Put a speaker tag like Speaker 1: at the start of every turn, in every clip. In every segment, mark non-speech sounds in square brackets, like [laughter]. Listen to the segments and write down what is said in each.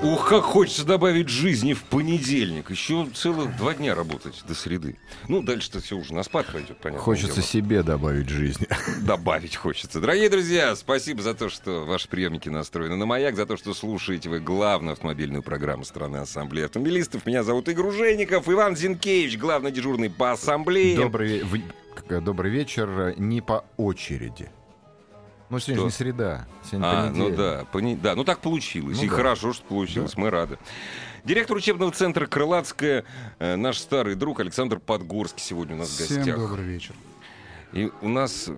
Speaker 1: Ух, как хочется добавить жизни в понедельник. Еще целых два дня работать до среды. Ну, дальше-то все уже на спад пойдет, понятно.
Speaker 2: Хочется себе добавить [laughs] жизни.
Speaker 1: добавить хочется. Дорогие друзья, спасибо за то, что ваши приемники настроены на маяк, за то, что слушаете вы главную автомобильную программу страны Ассамблеи Автомобилистов. Меня зовут Игорь Ужеников, Иван Зинкевич, главный дежурный по Ассамблее. [laughs]
Speaker 2: Добрый, ве- в- э, добрый вечер. Не по очереди. Ну, сегодня же не
Speaker 1: Что?
Speaker 2: среда. Сегодня
Speaker 1: А, ну
Speaker 2: понедельник.
Speaker 1: да, пони- да, ну так получилось.
Speaker 2: Ну
Speaker 1: и
Speaker 2: да.
Speaker 1: хорошо, что получилось, мы рады. Директор учебного центра Крылатская, э, наш старый друг Александр Подгорский сегодня у нас в
Speaker 3: Всем
Speaker 1: гостях.
Speaker 3: добрый вечер.
Speaker 1: И у нас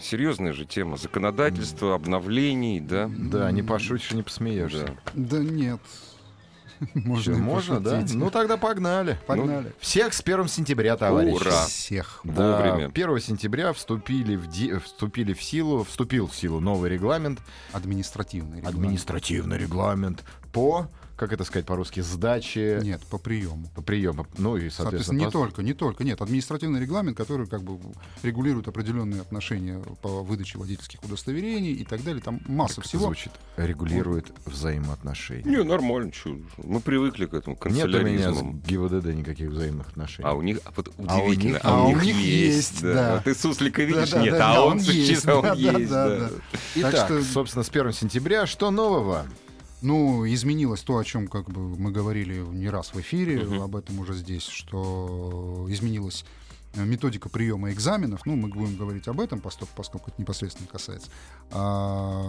Speaker 1: серьезная же тема законодательства, обновлений, да?
Speaker 2: Да, не пошутишь, и не посмеешься.
Speaker 1: Да.
Speaker 3: Да нет. [laughs] Можно,
Speaker 2: Чё,
Speaker 3: и
Speaker 2: можно, да?
Speaker 3: пошутить.
Speaker 2: Ну, тогда погнали. Ну,
Speaker 3: Погнали.
Speaker 2: Всех с 1 сентября, товарищи.
Speaker 1: Ура. да.
Speaker 3: Всех.
Speaker 2: Да,
Speaker 1: Вовремя.
Speaker 2: 1 сентября вступили в, ди- вступили в силу, вступил в силу новый регламент,
Speaker 3: Административный регламент.
Speaker 2: административный регламент по, как это сказать по-русски, сдаче
Speaker 3: Нет, по приему.
Speaker 2: по приему. Ну и,
Speaker 3: Соответственно,
Speaker 2: соответственно,
Speaker 3: не
Speaker 2: по-
Speaker 3: только, не только. Нет, административный регламент, который как бы регулирует определенные отношения по выдаче водительских удостоверений и так далее. Там масса
Speaker 2: Как это
Speaker 3: всего.
Speaker 2: звучит, регулирует взаимоотношения.
Speaker 1: Не, ну, нормально, чё. Мы привыкли к этому
Speaker 2: Нет у меня с
Speaker 1: канцеляризму.
Speaker 2: ГИБДД никаких взаимных отношений.
Speaker 1: А у них, а вот
Speaker 2: А у
Speaker 1: удивительно,
Speaker 2: них- а у них
Speaker 3: есть, да.
Speaker 1: Ты суслика видишь?
Speaker 3: Да, да,
Speaker 1: Нет,
Speaker 3: да,
Speaker 1: а
Speaker 3: да,
Speaker 1: он,
Speaker 3: он
Speaker 1: есть,
Speaker 3: есть,
Speaker 1: он
Speaker 3: да, да,
Speaker 1: есть,
Speaker 3: да,
Speaker 1: да.
Speaker 3: да.
Speaker 2: Итак,
Speaker 3: так что-
Speaker 2: собственно, с 1 сентября что нового?
Speaker 3: Ну, изменилось то, о чем как бы мы говорили не раз в эфире, об этом уже здесь, что изменилась э, методика приема экзаменов. Ну, мы будем говорить об этом, постоль- поскольку это непосредственно касается а,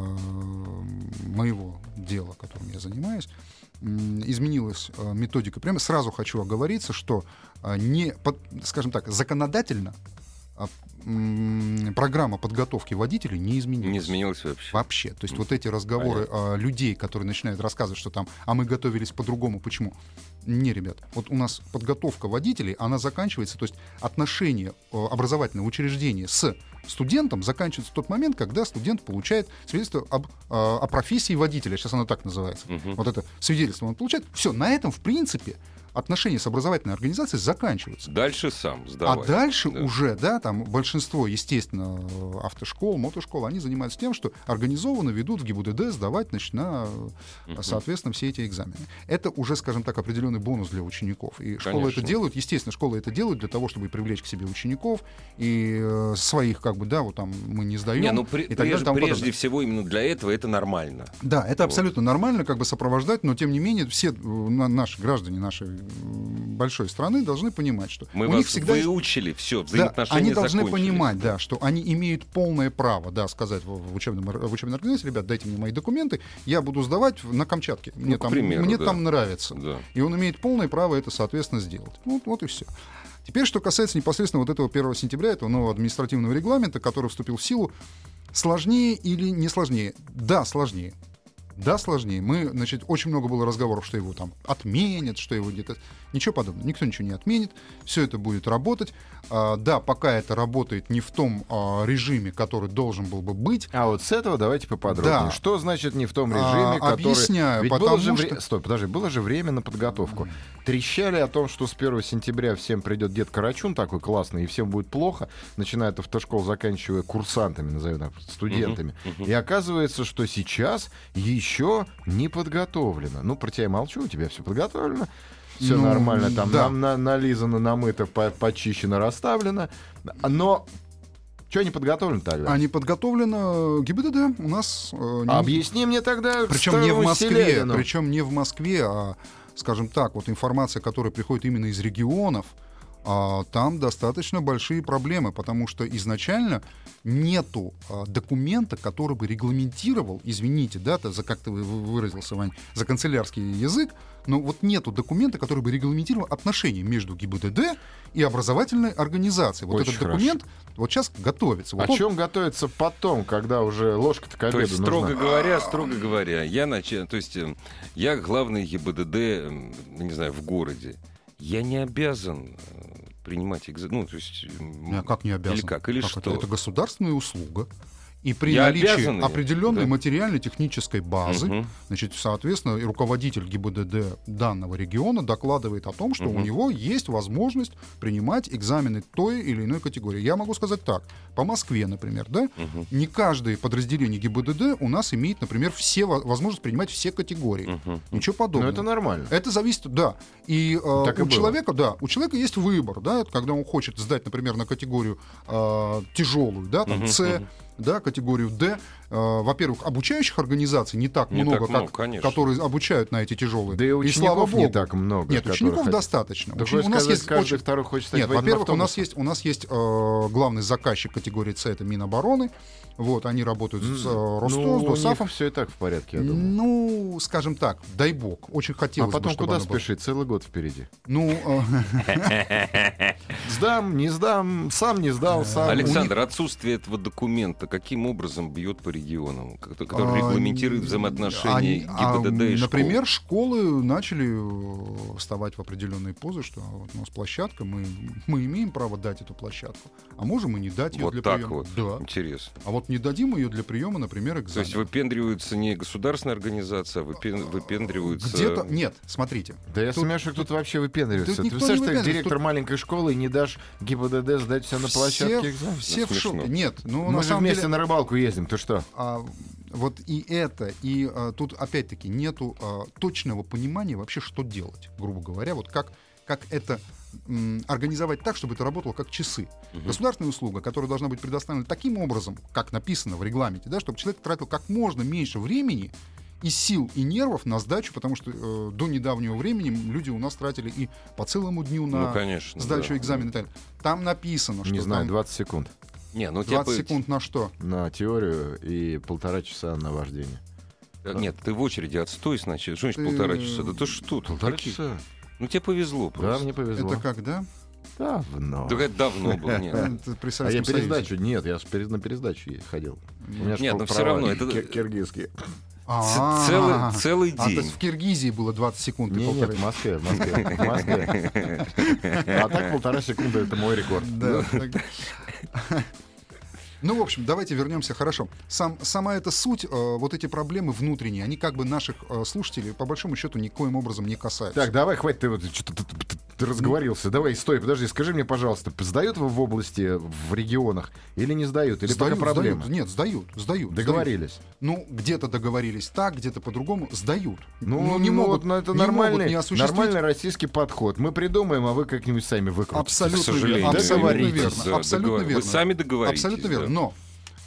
Speaker 3: моего дела, которым я занимаюсь. М, Изменилась э, методика приема. Сразу хочу оговориться, что а, не, под- скажем так, законодательно а, м, программа подготовки водителей не изменилась.
Speaker 1: Не изменилось вообще.
Speaker 3: Вообще. То есть вот эти разговоры а, людей, которые начинают рассказывать, что там, а мы готовились по-другому, почему? Не, ребят. Вот у нас подготовка водителей, она заканчивается, то есть отношения э, образовательного учреждения с студентом заканчивается в тот момент, когда студент получает свидетельство об, э, о профессии водителя. Сейчас оно так называется.
Speaker 1: Мгм.
Speaker 3: Вот это свидетельство он получает. Все, на этом, в принципе, отношения с образовательной организацией заканчиваются.
Speaker 1: Дальше сам
Speaker 3: А
Speaker 1: сдавай.
Speaker 3: дальше
Speaker 1: Да.
Speaker 3: уже, да, там большинство, естественно, э, автошкол, мотошкол, они занимаются тем, что организованно ведут в ГИБДД сдавать, значит, на, э,
Speaker 1: Мгм.
Speaker 3: соответственно, все эти экзамены. Это уже, скажем так, определенный бонус для учеников. И школы
Speaker 1: Конечно.
Speaker 3: это делают, естественно, школы это делают для того, чтобы привлечь к себе учеников и э, своих, как бы, да, вот там мы не сдаем.
Speaker 1: Не, ну пре-
Speaker 3: и так далее,
Speaker 1: прежде,
Speaker 3: тому
Speaker 1: прежде
Speaker 3: подобное.
Speaker 1: всего именно для этого это нормально.
Speaker 3: Да, это
Speaker 1: Вот.
Speaker 3: абсолютно нормально, как бы сопровождать, но тем не менее все э, на- наши граждане нашей э, большой страны должны понимать, что
Speaker 1: Мы
Speaker 3: у
Speaker 1: вас
Speaker 3: них всегда есть-
Speaker 1: выучили, все,
Speaker 3: Да,
Speaker 1: взаимоотношения
Speaker 3: они должны
Speaker 1: закончились.
Speaker 3: понимать, да, что они имеют полное право, да, сказать в, в учебном, ор- в учебной организации, ребят, дайте мне мои документы, я буду сдавать в- на Камчатке, мне,
Speaker 1: Ну, к
Speaker 3: там,
Speaker 1: примеру,
Speaker 3: мне
Speaker 1: да.
Speaker 3: там нравится.
Speaker 1: Да.
Speaker 3: И он имеет полное право это, соответственно, сделать. Вот, вот и все. Теперь, что касается непосредственно вот этого 1 сентября, этого нового административного регламента, который вступил в силу, сложнее или не сложнее? Да, сложнее. Да, сложнее. Мы, значит, очень много было разговоров, что его там отменят, что его где-то... Ничего подобного. Никто ничего не отменит. Все это будет работать. А, да, пока это работает не в том а, режиме, который должен был бы быть.
Speaker 2: А вот с этого давайте поподробнее.
Speaker 3: Да.
Speaker 2: Что значит не в том режиме,
Speaker 3: А,
Speaker 2: который...
Speaker 3: объясняю,
Speaker 2: Ведь было
Speaker 3: потому
Speaker 2: же вре-
Speaker 3: что-
Speaker 2: Стой, подожди, было же время на подготовку. Трещали о том, что с 1 сентября всем придет дед Карачун такой классный, и всем будет плохо, начиная от автошкол, заканчивая курсантами, назовем так, студентами. И оказывается, что сейчас еще не подготовлено. Ну, про тебя я молчу, у тебя все подготовлено. Все
Speaker 3: Ну,
Speaker 2: нормально, там
Speaker 3: да.
Speaker 2: нам на- нализано, намыто, по- почищено, расставлено. Но что не подготовлено тогда?
Speaker 3: А не подготовлено э, ГИБДД у нас... э, не-
Speaker 2: А Объясни мне тогда,
Speaker 3: Причем не в Москве, причем не в Москве, а, скажем так, вот информация, которая приходит именно из регионов, а, там достаточно большие проблемы, потому что изначально нету а, документа, который бы регламентировал, извините, да, то за как ты вы- вы- выразился, Вань, за канцелярский язык, но вот нету документа, который бы регламентировал отношения между ГИБДД и образовательной организацией. Вот
Speaker 2: Очень
Speaker 3: этот документ вот сейчас готовится. Вот
Speaker 2: О
Speaker 3: он-
Speaker 2: чем готовится потом, когда уже ложка-то к
Speaker 1: То
Speaker 2: обеду
Speaker 1: есть, строго
Speaker 2: нужна?
Speaker 1: говоря, строго говоря, я начал, то есть э, я главный ЕБДД, м, эм, не знаю, в городе. Я не обязан э, принимать экзамен. Ну, то есть, м,
Speaker 3: Не, как не обязан?
Speaker 1: Или как, или
Speaker 3: Как
Speaker 1: что?
Speaker 3: Это, Это государственная услуга. И при
Speaker 1: Я
Speaker 3: наличии
Speaker 1: обязан её,
Speaker 3: определенной
Speaker 1: да.
Speaker 3: материально-технической базы,
Speaker 1: Мгм.
Speaker 3: значит, соответственно, и руководитель ГИБДД данного региона докладывает о том, что у
Speaker 1: Мгм.
Speaker 3: него есть возможность принимать экзамены той или иной категории. Я могу сказать так. По Москве, например, да,
Speaker 1: Мгм.
Speaker 3: не каждое подразделение ГИБДД у нас имеет, например, все во- возможность принимать все категории.
Speaker 1: Мгм.
Speaker 3: Ничего
Speaker 2: Ну
Speaker 3: подобного.
Speaker 2: это нормально.
Speaker 3: Это зависит, да. И э,
Speaker 2: Так и
Speaker 3: у
Speaker 2: было.
Speaker 3: человека, да, у человека есть выбор, да, это когда он хочет сдать, например, на категорию э, тяжелую, да, там
Speaker 1: Мгм,
Speaker 3: С,
Speaker 1: мгм.
Speaker 3: да, категорию Д. Э, во-первых, обучающих организаций не так
Speaker 1: Не
Speaker 3: много,
Speaker 1: так много,
Speaker 3: как,
Speaker 1: конечно.
Speaker 3: которые обучают на эти тяжелые.
Speaker 2: Да и
Speaker 3: слава
Speaker 2: учеников
Speaker 3: богу.
Speaker 2: не так много.
Speaker 3: Нет,
Speaker 2: которых
Speaker 3: учеников
Speaker 2: хотят.
Speaker 3: достаточно.
Speaker 2: Да
Speaker 3: Учени-
Speaker 2: хочешь
Speaker 3: у нас
Speaker 2: сказать,
Speaker 3: есть
Speaker 2: каждый
Speaker 3: очень-
Speaker 2: второй хочет стать
Speaker 3: нет,
Speaker 2: водителем
Speaker 3: во-первых, у нас
Speaker 2: автобуса?
Speaker 3: есть у нас есть э, главный заказчик категории С это Минобороны. Вот они работают с э,
Speaker 2: Ну, у
Speaker 3: Ростосом,
Speaker 2: них
Speaker 3: с САФом.
Speaker 2: все и так в порядке, я думаю.
Speaker 3: Ну, скажем так, дай бог. Очень
Speaker 2: А
Speaker 3: хотелось бы,
Speaker 2: потом
Speaker 3: чтобы
Speaker 2: куда
Speaker 3: оно было.
Speaker 2: спешить? Целый год впереди.
Speaker 3: Ну, э,
Speaker 2: Сдам, не сдам, сам не сдал,
Speaker 3: Э, А,
Speaker 2: сам.
Speaker 1: Александр, отсутствие этого документа каким образом бьет по регионам, ко- который
Speaker 3: А,
Speaker 1: регламентирует
Speaker 3: н-
Speaker 1: взаимоотношения
Speaker 3: они- а,
Speaker 1: ГИБДД и школ?
Speaker 3: Например, школы начали э, вставать в определенные позы, что а вот у нас площадка, мы, мы имеем право дать эту площадку, а можем и не дать ее
Speaker 1: вот
Speaker 3: для
Speaker 1: так
Speaker 3: приема.
Speaker 1: вот.
Speaker 3: Да.
Speaker 1: Интересно.
Speaker 3: А вот не дадим ее для приема, например,
Speaker 1: То есть
Speaker 3: экзамен.
Speaker 1: выпендриваются не государственная организация, а выпен- выпендриваются...
Speaker 3: Где-то... Нет, смотрите.
Speaker 2: Да я
Speaker 3: Тут-
Speaker 2: сомневаюсь, что кто-то вообще выпендривается.
Speaker 3: Тут
Speaker 2: Ты
Speaker 3: никто не
Speaker 2: представляешь, ты
Speaker 3: выпендривается,
Speaker 2: директор
Speaker 3: тут-
Speaker 2: маленькой школы и не дашь ГИБДД сдать все на площадке
Speaker 3: все,
Speaker 2: экзамен?
Speaker 3: все в
Speaker 1: Смешно.
Speaker 3: шоке. Нет, ну на
Speaker 2: Мы же
Speaker 3: самом
Speaker 2: вместе
Speaker 3: деле...
Speaker 2: на рыбалку ездим, ты что?
Speaker 3: а, вот и это, и а, тут опять-таки нету а, точного понимания вообще, что делать, грубо говоря, вот как, как это м, организовать так, чтобы это работало как часы. Государственная услуга, которая должна быть предоставлена таким образом, как написано в регламенте, да, чтобы человек тратил как можно меньше времени и сил, и нервов на сдачу, потому что э, до недавнего времени люди у нас тратили и по целому дню на
Speaker 1: Ну, конечно.
Speaker 3: сдачу
Speaker 1: да.
Speaker 3: экзамена и так далее. Там написано, Ну что
Speaker 2: Не знаю,
Speaker 3: там
Speaker 2: 20 секунд
Speaker 1: Не, ну, тебя
Speaker 3: 20
Speaker 1: по-
Speaker 3: секунд на что?
Speaker 2: на теорию и полтора часа на вождение.
Speaker 1: Э,
Speaker 2: А.
Speaker 1: Нет, ты в очереди отстой, значит. Что значит
Speaker 3: Ты-
Speaker 1: полтора часа? Да ты что тут? Какие?
Speaker 2: часа?
Speaker 1: Ну тебе повезло
Speaker 2: Да,
Speaker 1: просто.
Speaker 2: мне повезло.
Speaker 3: Это когда?
Speaker 2: Давно.
Speaker 1: Да, это давно было,
Speaker 2: [laughs]
Speaker 1: нет.
Speaker 3: Это
Speaker 2: А
Speaker 3: при
Speaker 2: я
Speaker 3: Советском Союзе.
Speaker 2: пересдачу? Нет, я ж пере- на пересдачу е- ходил.
Speaker 3: Ну,
Speaker 2: У меня ж
Speaker 1: Нет,
Speaker 2: пол-
Speaker 1: но всё
Speaker 2: права
Speaker 1: равно это- э,
Speaker 2: кир- киргизские.
Speaker 1: Ц-
Speaker 3: А.
Speaker 1: Целый, целый
Speaker 3: А, то есть
Speaker 1: день.
Speaker 3: в Киргизии было 20 секунд и
Speaker 2: Не, нет,
Speaker 3: полторы.
Speaker 2: в Москве, в Москве, в Москве. А так полтора секунды это мой рекорд.
Speaker 3: Да,
Speaker 2: ну.
Speaker 3: так. Ну, в общем, давайте вернемся. Хорошо. Сам, сама эта суть, э, вот эти проблемы внутренние, они как бы наших э, слушателей, по большому счету, никоим образом не касаются.
Speaker 2: Так, давай, хватит, ты вот что-то тут- тут- тут разговорился. Давай, стой, подожди, скажи мне, пожалуйста, сдают вы в области, в регионах или не сдают? Или
Speaker 3: Сдают,
Speaker 2: пока проблема?
Speaker 3: сдают. Нет, сдают, сдают.
Speaker 2: Договорились.
Speaker 3: сдают. Ну, где-то договорились так, где-то по-другому. Сдают.
Speaker 1: Ну,
Speaker 2: Ну,
Speaker 3: Ну,
Speaker 2: вот, но это
Speaker 3: не могут
Speaker 2: нормальный,
Speaker 3: не осуществить.
Speaker 2: нормальный российский подход. Мы придумаем, а вы как-нибудь сами выкрутите.
Speaker 1: К
Speaker 3: Абсолютно верно.
Speaker 1: сожалению.
Speaker 3: Абсолютно
Speaker 2: Договоритесь.
Speaker 3: верно.
Speaker 1: Да,
Speaker 3: абсолютно
Speaker 1: договор-
Speaker 3: верно.
Speaker 1: Вы сами договоритесь.
Speaker 3: Абсолютно верно.
Speaker 1: да.
Speaker 3: Но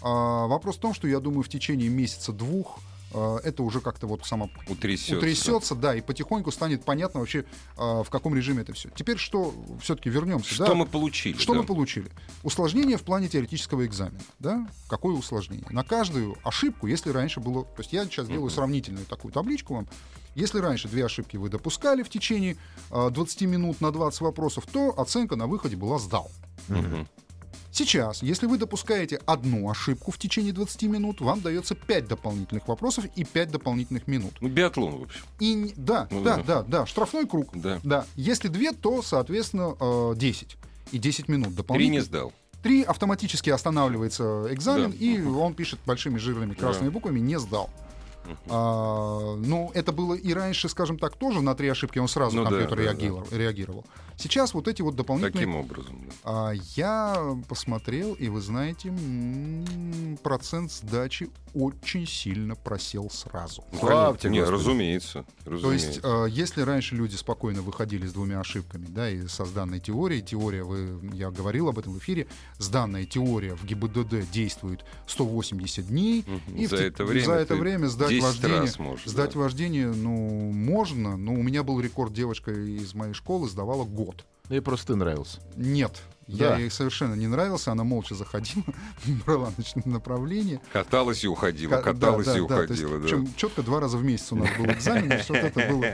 Speaker 3: а, вопрос в том, что я думаю, в течение месяца-двух а, это уже как-то вот само
Speaker 1: Утрясется.
Speaker 3: утрясется, да, и потихоньку станет понятно вообще, а, в каком режиме это все. Теперь что, все-таки вернемся,
Speaker 1: Что
Speaker 3: да?
Speaker 1: мы получили?
Speaker 3: Что
Speaker 1: да?
Speaker 3: мы получили? Усложнение в плане теоретического экзамена. Да? Какое усложнение? На каждую ошибку, если раньше было... То есть я сейчас делаю сравнительную такую табличку вам. Если раньше две ошибки вы допускали в течение э, 20 минут на 20 вопросов, то оценка на выходе была «сдал».
Speaker 1: Мгм.
Speaker 3: Сейчас, если вы допускаете одну ошибку в течение 20 минут, вам дается 5 дополнительных вопросов и 5 дополнительных минут.
Speaker 1: Ну, биатлон, в общем.
Speaker 3: И н- да,
Speaker 1: Ну
Speaker 3: да,
Speaker 1: да.
Speaker 3: да, да, штрафной круг.
Speaker 1: Да.
Speaker 3: Да. Если две, то, соответственно, э, 10. И 10 минут
Speaker 1: Три не
Speaker 3: дополнительно.
Speaker 1: сдал.
Speaker 3: Три автоматически останавливается экзамен,
Speaker 1: Да.
Speaker 3: и он пишет большими жирными красными
Speaker 1: Да.
Speaker 3: буквами «не сдал». А, ну, это было и раньше, скажем так, тоже на три ошибки он сразу
Speaker 1: Ну да, да,
Speaker 3: компьютер
Speaker 1: да.
Speaker 3: реагировал, реагировал. Сейчас вот эти вот дополнительные...
Speaker 1: Таким образом. да.
Speaker 3: А, я посмотрел, и вы знаете, м, процент сдачи очень сильно просел сразу.
Speaker 2: Слава тебе,
Speaker 1: Ну, Не,
Speaker 2: Господи.
Speaker 1: разумеется.
Speaker 3: То
Speaker 1: разумеется.
Speaker 3: есть, э, если раньше люди спокойно выходили с двумя ошибками, да, и со сданной теорией, теория, вы, я говорил об этом в эфире, сданная теория в ГИБДД действует 180 дней,
Speaker 1: Мгм.
Speaker 3: и в
Speaker 1: За
Speaker 3: те-
Speaker 1: это время
Speaker 3: за это
Speaker 1: ты
Speaker 3: время сдать
Speaker 1: 10
Speaker 3: вождение,
Speaker 1: раз можешь,
Speaker 3: сдать
Speaker 1: да.
Speaker 3: вождение, ну, можно, но у меня был рекорд, девочка из моей школы сдавала год.
Speaker 2: Ей просто ты нравился.
Speaker 3: Нет.
Speaker 2: Да.
Speaker 3: Я ей совершенно не нравился, она молча заходила, [laughs] брала ночное направление.
Speaker 1: Каталась и уходила,
Speaker 3: э, Ка- да,
Speaker 1: каталась
Speaker 3: да,
Speaker 1: и
Speaker 3: да, то есть,
Speaker 1: уходила. да.
Speaker 3: Причем четко два раза в месяц у нас
Speaker 1: [laughs]
Speaker 3: был экзамен, и что вот это было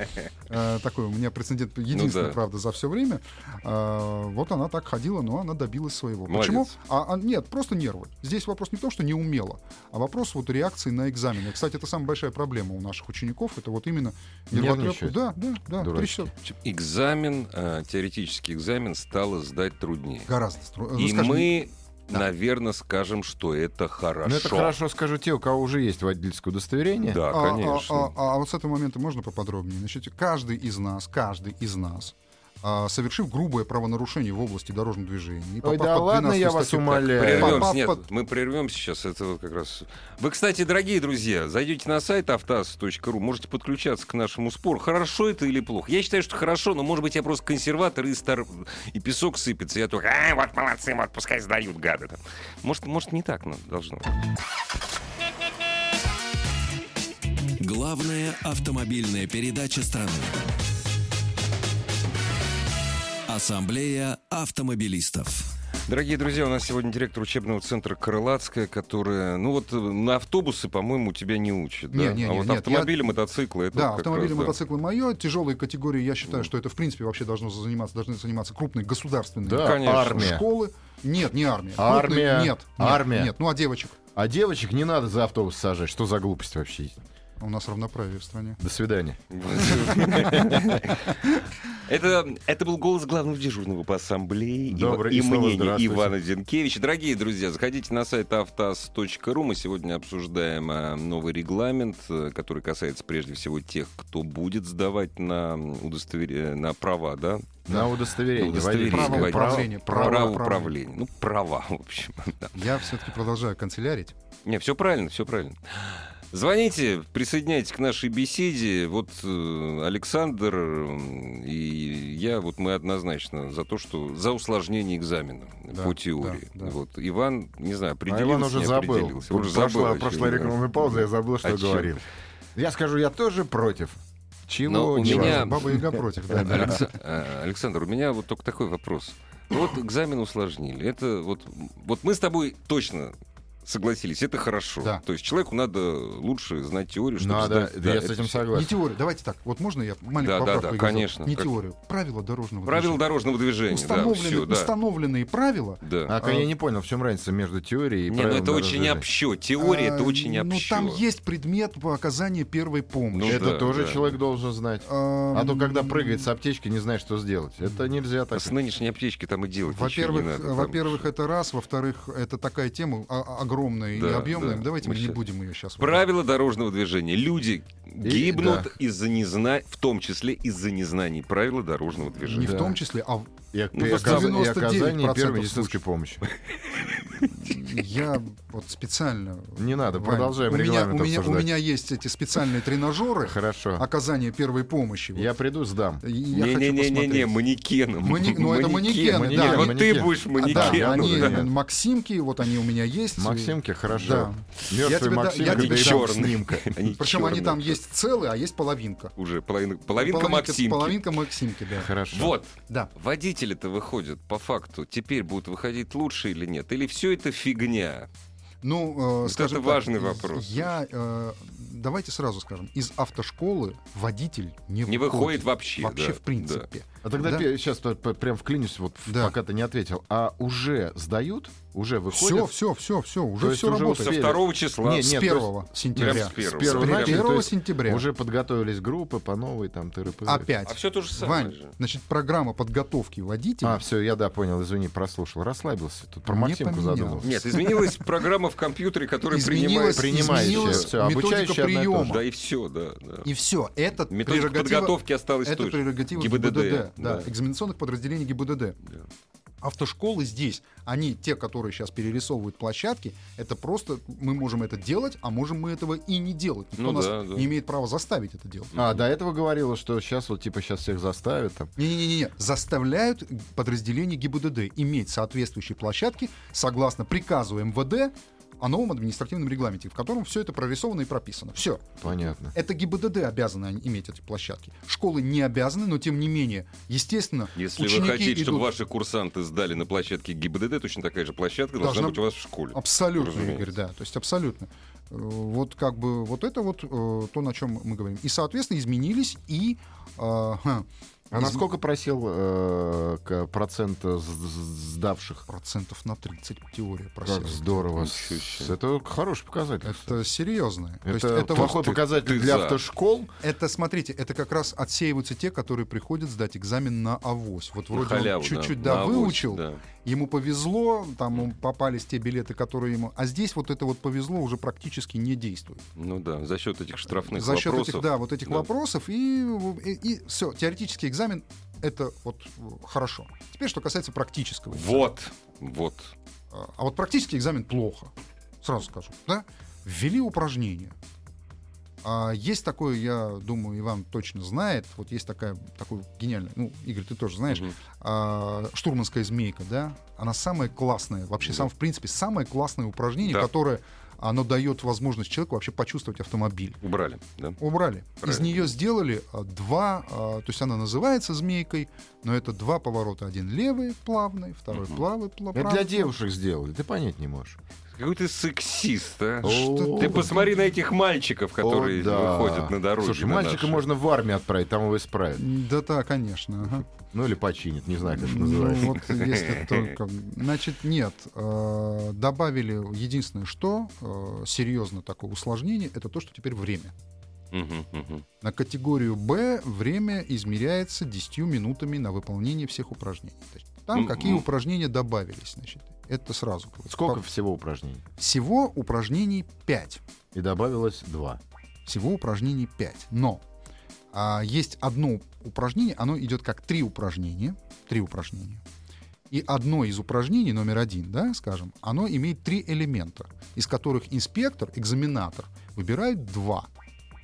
Speaker 3: э, такое. У меня прецедент единственный,
Speaker 1: Ну да.
Speaker 3: правда, за все время. Э, Вот она так ходила, но она добилась своего.
Speaker 1: Молодец.
Speaker 3: Почему? А, а, нет, просто нервы. Здесь вопрос не в том, что не умела, а вопрос вот реакции на экзамены. Кстати, это самая большая проблема у наших учеников. Это вот именно
Speaker 2: Нервничают.
Speaker 3: нервотрепка. Да, да, да.
Speaker 2: Дурачки.
Speaker 3: трясёт.
Speaker 1: Экзамен, э, теоретический экзамен стало сдать труднее.
Speaker 3: Гораздо. стру- ну,
Speaker 1: И
Speaker 3: скажем,
Speaker 1: мы,
Speaker 3: Да. Ну,
Speaker 1: наверное, скажем, что это хорошо.
Speaker 2: Но Ну, это хорошо скажу те, у кого уже есть водительское удостоверение.
Speaker 1: Да,
Speaker 3: А, а,
Speaker 1: конечно.
Speaker 3: А, а вот с этого момента можно поподробнее? Значит, каждый из нас, каждый из нас, а, совершив грубое правонарушение в области дорожного движения... и
Speaker 2: Ой,
Speaker 3: попав
Speaker 2: да
Speaker 3: под
Speaker 2: ладно, я
Speaker 3: 12-ю
Speaker 2: вас
Speaker 3: статью-
Speaker 2: умоляю.
Speaker 3: Прервем.
Speaker 1: Прервемся,
Speaker 3: Папа,
Speaker 1: нет,
Speaker 3: под-
Speaker 1: мы прервем сейчас, это вот как раз... Вы, кстати, дорогие друзья, зайдете на сайт автоаз.ру, можете подключаться к нашему спору. Хорошо это или плохо? Я считаю, что хорошо, но, может быть, я просто консерватор и стар... и песок сыпется. Я только, а, вот молодцы, вот пускай сдают, гады. там». Может, может, не так ну, должно.
Speaker 4: Главная автомобильная передача страны. Ассамблея автомобилистов.
Speaker 1: Дорогие друзья, у нас сегодня директор учебного центра «Крылатская», которая, ну вот э, на автобусы, по-моему, тебя не учат, да?
Speaker 3: Не, не,
Speaker 1: а
Speaker 3: не,
Speaker 1: вот
Speaker 3: нет,
Speaker 1: автомобили,
Speaker 3: я-
Speaker 1: мотоциклы, это
Speaker 3: Да,
Speaker 1: Ну, как
Speaker 3: автомобили,
Speaker 1: раз, да.
Speaker 3: мотоциклы мое. Тяжелые категории, я считаю, что это, в принципе, вообще должно заниматься, должны заниматься крупные государственные
Speaker 2: Да,
Speaker 1: Конечно.
Speaker 2: армия.
Speaker 3: школы. Нет, не армия.
Speaker 2: Армия.
Speaker 3: Крупные- Нет, нет,
Speaker 2: Армия.
Speaker 3: Нет, ну а девочек?
Speaker 2: А девочек не надо за автобус сажать. Что за глупость вообще?
Speaker 3: У нас равноправие в стране.
Speaker 2: До свидания.
Speaker 1: Это, это был голос главного дежурного по ассамблее и-
Speaker 2: Добрый
Speaker 1: и,
Speaker 2: и снова
Speaker 1: мнение
Speaker 2: здравствуйте.
Speaker 1: Ивана Зинкевича. Дорогие друзья, заходите на сайт автоаз.ру. Мы сегодня обсуждаем э, новый регламент, э, который касается прежде всего тех, кто будет сдавать на, удостовере... на права, да?
Speaker 2: На удостоверение.
Speaker 1: Удостоверение.
Speaker 2: водительское.
Speaker 3: Право управления. Право
Speaker 1: управления. Ну, права, в общем. [laughs] да.
Speaker 3: Я все-таки продолжаю канцелярить.
Speaker 1: Не, все правильно, все правильно. Звоните, присоединяйтесь к нашей беседе. Вот э, Александр м, и я, вот мы однозначно за то, что за усложнение экзамена
Speaker 3: Да,
Speaker 1: по теории.
Speaker 3: да, да.
Speaker 1: Вот Иван, не знаю,
Speaker 2: А
Speaker 1: определился,
Speaker 2: Иван уже
Speaker 1: не
Speaker 2: забыл.
Speaker 1: определился. Уже
Speaker 2: Прошла,
Speaker 1: забыл,
Speaker 2: прошла
Speaker 1: очевидно.
Speaker 2: рекламная пауза, я забыл,
Speaker 1: О
Speaker 2: что
Speaker 1: чём?
Speaker 2: говорил. Я скажу, я тоже против. Чего?
Speaker 1: Но у
Speaker 2: чего?
Speaker 1: меня- [laughs]
Speaker 3: Баба Яга против. да.
Speaker 1: Алекс- э, Александр, у меня вот только такой вопрос. Ну Вот экзамен усложнили. Это вот, вот мы с тобой точно согласились, это хорошо.
Speaker 3: Да.
Speaker 1: То есть человеку надо лучше знать теорию, чтобы
Speaker 2: Надо,
Speaker 1: сдать-
Speaker 2: да, я
Speaker 1: это
Speaker 2: с
Speaker 1: всё.
Speaker 2: этим
Speaker 3: Не
Speaker 2: согласен.
Speaker 3: теорию. Давайте так. Вот можно я маленькую
Speaker 1: Да, да,
Speaker 3: поправку?
Speaker 1: да,
Speaker 3: внесу?
Speaker 1: конечно.
Speaker 3: Не
Speaker 1: Как-
Speaker 3: теорию. Правила дорожного
Speaker 1: Правила
Speaker 3: движения.
Speaker 1: дорожного движения, да,
Speaker 3: Установлены-
Speaker 1: все, да.
Speaker 3: Установленные правила.
Speaker 1: Да.
Speaker 2: А, я не понял, в чем разница между теорией
Speaker 1: не,
Speaker 2: и
Speaker 1: ну
Speaker 2: правилом
Speaker 1: это
Speaker 2: дорожного
Speaker 1: очень
Speaker 2: движения?
Speaker 1: общо. Теория это
Speaker 3: а,
Speaker 1: очень
Speaker 3: Ну
Speaker 1: общо.
Speaker 3: там есть предмет по оказанию первой помощи.
Speaker 1: Ну
Speaker 2: Это
Speaker 1: да,
Speaker 2: тоже
Speaker 1: да.
Speaker 2: человек должен знать.
Speaker 3: Эм,
Speaker 2: А то, когда прыгает с аптечки, не знает, что сделать. Это нельзя так.
Speaker 1: А С нынешней аптечки там и делать ничего не
Speaker 3: Во-первых,
Speaker 1: надо. там.
Speaker 3: во-первых, это раз, во-вторых, это такая тема а- огромная и
Speaker 1: Да,
Speaker 3: объемная.
Speaker 1: да.
Speaker 3: Давайте
Speaker 1: Мы
Speaker 3: мы не
Speaker 1: щас-
Speaker 3: будем ее сейчас.
Speaker 1: Правила дорожного движения. Люди гибнут
Speaker 2: да.
Speaker 1: из-за незна... в том числе из-за незнаний правила дорожного
Speaker 3: Не
Speaker 1: движения.
Speaker 3: в
Speaker 2: Да.
Speaker 3: том числе, а в-
Speaker 2: И, ок-
Speaker 1: Ну,
Speaker 2: и
Speaker 1: просто
Speaker 2: оказ- и
Speaker 3: 99%
Speaker 2: оказание первой
Speaker 3: случаев.
Speaker 2: медицинской помощи.
Speaker 3: я вот специально.
Speaker 2: Не надо,
Speaker 3: Вань,
Speaker 2: продолжаем
Speaker 3: у меня,
Speaker 2: регламент
Speaker 3: у, меня, у
Speaker 2: обсуждать.
Speaker 3: меня А есть эти специальные тренажеры
Speaker 2: Хорошо.
Speaker 3: оказания первой помощи. Вот.
Speaker 2: Я приду, сдам.
Speaker 3: И я хочу
Speaker 1: Не-не-не-не,
Speaker 3: посмотреть.
Speaker 1: манекены.
Speaker 3: Мани- ну, это
Speaker 1: Манекен,
Speaker 3: манекены,
Speaker 1: манекен.
Speaker 3: да,
Speaker 1: Вот ты
Speaker 2: манекен.
Speaker 1: будешь
Speaker 3: А, да,
Speaker 1: манекен.
Speaker 2: манекены,
Speaker 3: они,
Speaker 2: да.
Speaker 3: э, Максимки, вот они у меня есть.
Speaker 2: Максимки,
Speaker 3: Да.
Speaker 2: хорошо.
Speaker 3: Я
Speaker 2: Мертвый
Speaker 3: тебе да- я
Speaker 2: Максимка,
Speaker 3: тебе
Speaker 2: да и там
Speaker 3: дам
Speaker 1: чёрный.
Speaker 2: снимка.
Speaker 1: Они
Speaker 3: Причем они
Speaker 1: чёрные.
Speaker 3: там есть целые, а есть половинка.
Speaker 1: Уже половина- половинка Максимки.
Speaker 3: Половинка Максимки, да.
Speaker 2: Хорошо.
Speaker 1: Вот.
Speaker 3: Да.
Speaker 1: Водители-то выходят по факту, теперь будут выходить лучше или нет? Или все это фигня?
Speaker 3: Ну, э,
Speaker 1: Вот
Speaker 3: скажем
Speaker 1: это
Speaker 3: так,
Speaker 1: важный
Speaker 3: из-
Speaker 1: вопрос.
Speaker 3: Я, э, давайте сразу скажем, из автошколы водитель не,
Speaker 1: Не выходит вообще.
Speaker 3: вообще
Speaker 1: да,
Speaker 3: в принципе.
Speaker 2: А тогда
Speaker 3: Да.
Speaker 2: сейчас прям вклинюсь, вот в-
Speaker 3: Да.
Speaker 2: пока ты не ответил. А уже сдают? Уже
Speaker 3: Все,
Speaker 2: выходят?
Speaker 3: все, все, все,
Speaker 2: То
Speaker 3: уже
Speaker 2: есть
Speaker 3: все
Speaker 2: уже
Speaker 1: да.
Speaker 3: работает.
Speaker 1: Со
Speaker 2: Успели.
Speaker 1: второго числа.
Speaker 2: Не,
Speaker 3: С
Speaker 2: нет,
Speaker 3: 1
Speaker 1: Прям
Speaker 3: сентября.
Speaker 1: с первого.
Speaker 2: С первого
Speaker 3: С
Speaker 2: начали, то
Speaker 3: 1
Speaker 2: есть
Speaker 3: сентября.
Speaker 2: Уже подготовились группы по новой, там, тыры-пыры.
Speaker 3: опять.
Speaker 1: А все то же самое.
Speaker 3: Вань,
Speaker 1: же.
Speaker 3: значит, программа подготовки водителя.
Speaker 2: А, все, я да, понял, извини, прослушал. Расслабился. Тут про
Speaker 3: Не
Speaker 2: Максимку
Speaker 3: поменялось.
Speaker 2: задумался.
Speaker 1: Нет, изменилась программа в компьютере, которая принимает...
Speaker 3: изменилась,
Speaker 2: принимающая,
Speaker 3: изменилась
Speaker 2: всё,
Speaker 3: методика
Speaker 2: обучающая одна и та же.
Speaker 3: приема.
Speaker 1: Да и все, да. да.
Speaker 3: И все. Это
Speaker 1: Методика
Speaker 3: прерогатива-
Speaker 1: подготовки осталась
Speaker 3: Это
Speaker 1: той же.
Speaker 3: прерогатива
Speaker 1: ГИБДД.
Speaker 3: ГИБДД, да,
Speaker 1: Да.
Speaker 3: экзаменационных подразделений ГИБДД.
Speaker 1: Да.
Speaker 3: Автошколы здесь, они те, которые сейчас перерисовывают площадки, это просто мы можем это делать, а можем мы этого и не делать. Никто
Speaker 1: Ну
Speaker 3: нас
Speaker 1: да, да.
Speaker 3: не имеет права заставить это делать.
Speaker 2: А, до этого говорила, что сейчас вот типа сейчас всех заставят там.
Speaker 3: Не-не-не, заставляют подразделения ГИБДД иметь соответствующие площадки согласно приказу МВД о новом административном регламенте, в котором все это прорисовано и прописано. Все.
Speaker 2: Понятно.
Speaker 3: Это ГИБДД обязаны они иметь эти площадки. Школы не обязаны, но тем не менее, естественно,
Speaker 1: Если
Speaker 3: ученики
Speaker 1: вы хотите,
Speaker 3: идут...
Speaker 1: чтобы ваши курсанты сдали на площадке ГИБДД, точно такая же площадка должна,
Speaker 3: Должна
Speaker 1: быть у вас в школе.
Speaker 3: Абсолютно,
Speaker 1: Разумеется.
Speaker 3: Игорь, да. То есть абсолютно. Э, Вот как бы вот это вот э, то, на чем мы говорим. И, соответственно, изменились и... э, ха,
Speaker 2: А
Speaker 3: из-
Speaker 2: насколько просел э, к- процент э, с- с- сдавших?
Speaker 3: Процентов на 30 теория
Speaker 2: Как
Speaker 3: просела.
Speaker 2: здорово.
Speaker 1: Ничего себе.
Speaker 2: С- Это хороший показатель.
Speaker 3: Это серьезно. То
Speaker 2: Это,
Speaker 3: есть это,
Speaker 2: плохой
Speaker 3: вот-
Speaker 2: показатель
Speaker 1: ты
Speaker 2: для
Speaker 1: за. Ну,
Speaker 2: автошкол.
Speaker 3: это, смотрите, это как раз отсеиваются те, которые приходят сдать экзамен на авось. Вот
Speaker 1: На
Speaker 3: вроде
Speaker 1: халяву,
Speaker 3: он
Speaker 1: да,
Speaker 3: чуть-чуть
Speaker 1: на
Speaker 3: да,
Speaker 1: авось,
Speaker 3: выучил,
Speaker 1: да.
Speaker 3: ему повезло, там ему попались те билеты, которые ему... А здесь вот это вот повезло уже практически не действует.
Speaker 1: Ну да, за счет этих штрафных
Speaker 3: Э, за счет
Speaker 1: вопросов.
Speaker 3: этих, да, вот этих
Speaker 1: Да.
Speaker 3: вопросов и, все, теоретический экзамен это вот э, хорошо. Теперь, что касается практического. экзамена.
Speaker 1: Вот, вот.
Speaker 3: А а вот практический экзамен плохо, сразу скажу, да? Ввели упражнения. А есть такое, я думаю, Иван точно знает, вот есть такая, такой гениальный, ну, Игорь, ты тоже знаешь,
Speaker 1: Мгм.
Speaker 3: а, штурманская змейка, да, она самая классная, вообще,
Speaker 1: Да.
Speaker 3: сам, в принципе, самое классное упражнение,
Speaker 1: Да.
Speaker 3: которое оно дает возможность человеку вообще почувствовать автомобиль
Speaker 1: Убрали, да?
Speaker 3: убрали. Из
Speaker 1: Правильно.
Speaker 3: нее сделали а, два, а, то есть она называется змейкой, но это два поворота. Один левый плавный, второй
Speaker 1: Мгм.
Speaker 3: плавый, пла-
Speaker 2: Это
Speaker 3: правый.
Speaker 2: для девушек сделали, ты понять не можешь.
Speaker 1: Какой ты сексист, а?
Speaker 2: Что
Speaker 1: Ты посмотри на этих мальчиков, которые
Speaker 2: О, да.
Speaker 1: выходят на дороге.
Speaker 2: Слушай,
Speaker 1: на
Speaker 2: мальчика
Speaker 1: наши.
Speaker 2: можно в армию отправить, там его исправят.
Speaker 3: Да, да, конечно. ага.
Speaker 2: Ну или починит, не знаю, как это
Speaker 3: Ну,
Speaker 2: называется.
Speaker 3: вот если только. Значит, нет. э, Добавили единственное, что э, серьезно такое усложнение, это то, что теперь время.
Speaker 1: Мгм, мгм.
Speaker 3: На категорию Б время измеряется 10 минутами на выполнение всех упражнений. То есть Там
Speaker 1: Мгм.
Speaker 3: какие упражнения добавились, значит. Это сразу.
Speaker 2: Сколько всего упражнений?
Speaker 3: Всего упражнений 5.
Speaker 2: И добавилось два.
Speaker 3: Всего упражнений 5. Но а, есть одно упражнение, оно идет как три упражнения. Три упражнения. И одно из упражнений, номер один, да, скажем, оно имеет три элемента, из которых инспектор, экзаменатор, выбирает два.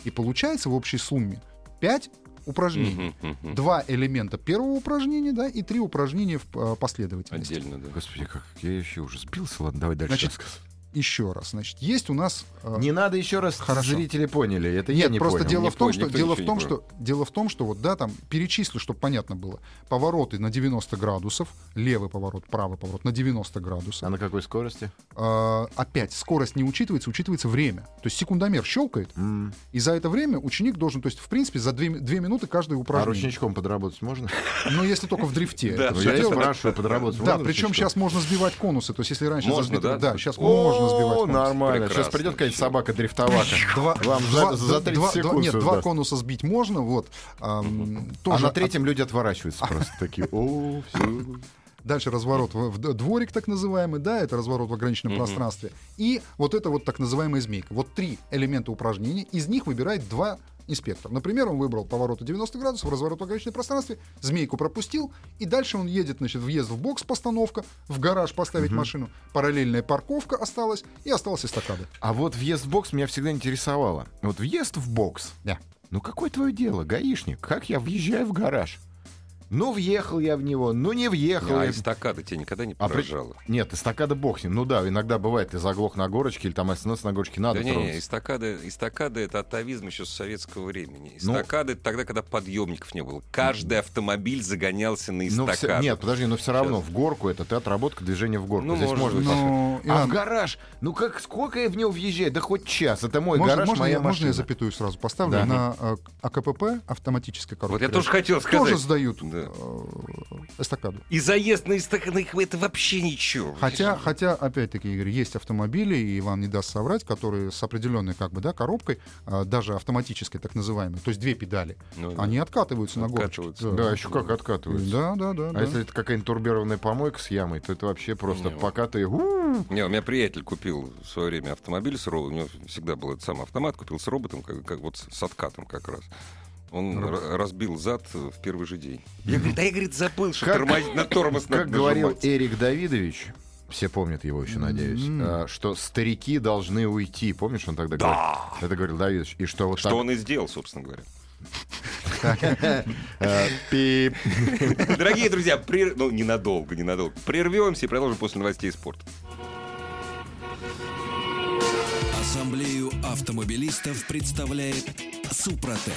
Speaker 3: И получается в общей сумме 5 упражнений.
Speaker 1: Мгм, мгм.
Speaker 3: Два элемента первого упражнения, да, и три упражнения в э, последовательности.
Speaker 1: Отдельно, да.
Speaker 2: Господи, как я еще уже сбился. Ладно, давай дальше.
Speaker 3: Значит,
Speaker 2: рассказывай.
Speaker 3: Еще раз, значит, есть у нас э,
Speaker 2: Не надо еще раз,
Speaker 3: хорошо.
Speaker 2: зрители поняли. Это я
Speaker 3: Нет,
Speaker 2: не
Speaker 3: просто
Speaker 2: понял.
Speaker 3: дело
Speaker 1: Не
Speaker 3: в том,
Speaker 1: понял,
Speaker 3: что
Speaker 1: никто
Speaker 3: дело в
Speaker 1: ничего
Speaker 3: том,
Speaker 1: не
Speaker 3: что дело в том, что вот да, там перечислю, чтобы понятно было. Повороты на 90 градусов, левый поворот, правый поворот на 90 градусов.
Speaker 2: А на какой скорости?
Speaker 3: А, опять скорость не учитывается, учитывается время. То есть секундомер щелкает,
Speaker 2: М. а
Speaker 3: и за это время ученик должен, то есть в принципе за 2, минуты каждое
Speaker 2: А
Speaker 3: упражнение.
Speaker 2: ручничком подработать [laughs] можно?
Speaker 3: Но если только в
Speaker 2: [laughs]
Speaker 3: дрифте.
Speaker 1: Да,
Speaker 3: это
Speaker 2: Ну,
Speaker 3: всё
Speaker 2: Я и
Speaker 3: дело.
Speaker 2: спрашиваю, подработать
Speaker 3: Да,
Speaker 2: можно?
Speaker 3: причем сейчас можно сбивать конусы. То есть если раньше за
Speaker 1: Можно,
Speaker 3: сбитый-
Speaker 1: да?
Speaker 3: сейчас
Speaker 2: О,
Speaker 3: можно сбивать конусы.
Speaker 2: Нормально.
Speaker 1: Прекрасно.
Speaker 2: Сейчас придет какая-то собака дрифтовака. [laughs]
Speaker 3: Два,
Speaker 2: Вам за-
Speaker 3: два-
Speaker 2: за 30
Speaker 3: два- два-
Speaker 2: секунд
Speaker 3: нет, два
Speaker 2: создаст.
Speaker 3: конуса сбить можно, вот. ам,
Speaker 2: А
Speaker 3: тоже
Speaker 2: на третьем люди отворачиваются просто такие. О, всё.
Speaker 3: Дальше разворот в, в д- дворик, так называемый, да, это разворот в ограниченном
Speaker 1: Мгм.
Speaker 3: пространстве. И вот это вот так называемая змейка. Вот три элемента упражнения, из них выбирает два инспектора. Например, он выбрал повороты 90 градусов, разворот в ограниченном пространстве, змейку пропустил, и дальше он едет, значит, въезд в бокс, постановка, в гараж поставить машину, параллельная парковка осталась, и осталась эстакада.
Speaker 2: А вот въезд в бокс меня всегда интересовало. Вот въезд в бокс.
Speaker 3: Да.
Speaker 2: Ну какое твое дело, гаишник? Как я въезжаю в гараж? Ну въехал я в него, ну не въехал.
Speaker 1: А
Speaker 2: я.
Speaker 1: эстакада тебя никогда не
Speaker 2: А при-
Speaker 1: поражала?
Speaker 2: Нет, эстакада бог с ним. Ну да, иногда бывает, ты заглох на горочке или там остановился на горочке, надо
Speaker 1: Да не, не,
Speaker 2: тронуться.
Speaker 1: эстакада, эстакада это атовизм еще с советского времени.
Speaker 2: Ну-
Speaker 1: Эстакада это тогда, когда подъемников не было. Каждый автомобиль загонялся на
Speaker 2: Ну,
Speaker 1: эстакаду.
Speaker 2: всё- нет, подожди, но все равно в горку это ты отработка движения в горку.
Speaker 1: Ну,
Speaker 2: Здесь
Speaker 1: может
Speaker 2: можно.
Speaker 1: быть.
Speaker 2: пошли.
Speaker 3: Но,
Speaker 2: А в
Speaker 3: Иван,
Speaker 2: гараж? Ну как, сколько я в него въезжаю? Да хоть час. Это мой
Speaker 3: можно,
Speaker 2: гараж,
Speaker 3: можно
Speaker 2: моя
Speaker 3: я, можно я
Speaker 2: машина.
Speaker 3: запятую сразу поставлю?
Speaker 2: Да.
Speaker 3: На э, АКПП автоматическая коробка.
Speaker 2: э,
Speaker 1: Вот я тоже хотел сказать.
Speaker 3: тоже сдают
Speaker 1: Да.
Speaker 3: э, эстакаду.
Speaker 1: И заезд на эстакаду это вообще ничего.
Speaker 3: Хотя, хотя, опять-таки, Игорь, есть автомобили, и вам не даст соврать, которые с определенной как бы, да, коробкой, а, даже автоматической, так называемой, то есть две педали,
Speaker 1: Ну да.
Speaker 3: они откатываются,
Speaker 1: Откатываются.
Speaker 3: на горочке.
Speaker 2: Да, еще как откатывается.
Speaker 3: Да, да, да.
Speaker 2: А
Speaker 3: да.
Speaker 2: если это какая-нибудь турбированная помойка с ямой, то это вообще просто
Speaker 1: Не,
Speaker 2: пока ты... «У-у-у».
Speaker 1: Не, у меня приятель купил в свое время автомобиль с роботом. У него всегда был этот самый автомат, купил с роботом, как, как вот с откатом как раз. Он
Speaker 2: Ну,
Speaker 1: ра- разбил зад э, в первый же
Speaker 2: [laughs]
Speaker 1: день. Я говорю, да я, говорит, забыл, что
Speaker 2: Как-
Speaker 1: тормозить на тормоз надо
Speaker 2: Как говорил
Speaker 1: нажимать».
Speaker 2: Эрик Давидович, все помнят его
Speaker 3: М-м.
Speaker 2: еще, надеюсь, а, что старики должны уйти. Помнишь, он тогда говорил? Это говорил Давидович. И что вот
Speaker 1: Что
Speaker 2: так...
Speaker 1: он и сделал, собственно говоря.
Speaker 2: э, пип.
Speaker 1: Дорогие друзья, прер- ну ненадолго, ненадолго. Прервемся и продолжим после новостей спорта.
Speaker 4: Ассамблею автомобилистов представляет Супротек.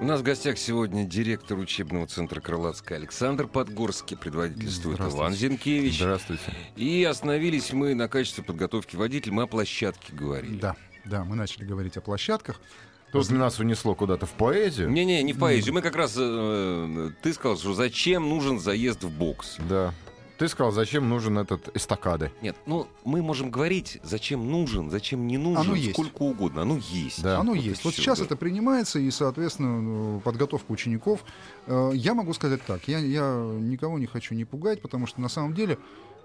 Speaker 1: У нас в гостях сегодня директор учебного центра Крылатска Александр Подгорский, предводительствует Иван Зинкевич.
Speaker 2: Здравствуйте.
Speaker 1: И остановились мы на качестве подготовки водителя, мы о площадке говорили.
Speaker 3: Да, да, мы начали говорить о площадках.
Speaker 2: Тут нас унесло куда-то в поэзию.
Speaker 1: Не-не, не в поэзию. Мы как раз... э, ты сказал, что зачем нужен заезд в бокс?
Speaker 2: Да. Ты сказал, зачем нужен этот эстакады?
Speaker 1: Нет, ну, мы можем говорить, зачем нужен, зачем не нужен,
Speaker 3: Оно есть.
Speaker 1: сколько угодно. Оно есть.
Speaker 2: Да.
Speaker 3: Оно
Speaker 1: Вот и
Speaker 3: есть. Вот
Speaker 1: всё,
Speaker 3: сейчас
Speaker 1: да.
Speaker 3: это принимается, и, соответственно, э, подготовка учеников. Э, Я могу сказать так, я, я никого не хочу не пугать, потому что на самом деле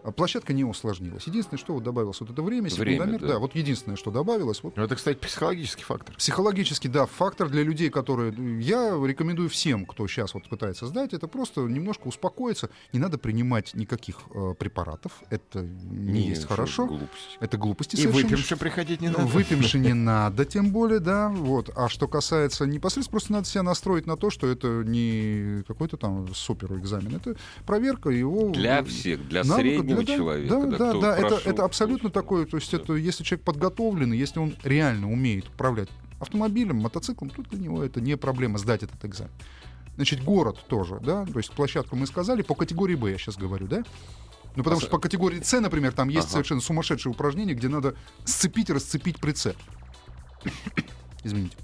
Speaker 3: а, площадка не усложнилась. Единственное, что вот добавилось вот это время,
Speaker 1: Время,
Speaker 3: секундомер,
Speaker 1: да.
Speaker 3: да. вот единственное, что добавилось, вот
Speaker 2: Ну, это, кстати, психологический фактор.
Speaker 3: Психологически, да, фактор для людей, которые... ну, Я рекомендую всем, кто сейчас вот пытается сдать, это просто немножко успокоиться. Не надо принимать никаких э, препаратов. Это не,
Speaker 1: Не,
Speaker 3: есть
Speaker 1: что
Speaker 3: хорошо.
Speaker 1: за глупость.
Speaker 3: Это глупости
Speaker 2: И
Speaker 3: совершенно. Ну,
Speaker 2: выпивши приходить не надо.
Speaker 3: Выпивши не надо, тем более, да. Вот. А что касается непосредственно, просто надо себя настроить на то, что это не какой-то там супер экзамен. Это проверка его...
Speaker 1: Для всех, для
Speaker 3: навыков,
Speaker 1: среднего
Speaker 3: да, да,
Speaker 1: человека.
Speaker 3: Да, да,
Speaker 1: кто
Speaker 3: да, это,
Speaker 1: прошёл
Speaker 3: это абсолютно
Speaker 1: курс, да.
Speaker 3: такое, то есть
Speaker 1: Да.
Speaker 3: это если человек подготовленный, если он реально умеет управлять автомобилем, мотоциклом, тут для него это не проблема сдать этот экзамен. Значит, город тоже, да, то есть площадку мы сказали, по категории Б я сейчас говорю, да? Ну, потому что по категории С, например, там есть
Speaker 1: А Ага.
Speaker 3: совершенно сумасшедшие упражнения, где надо сцепить, расцепить прицеп. [coughs] Извините.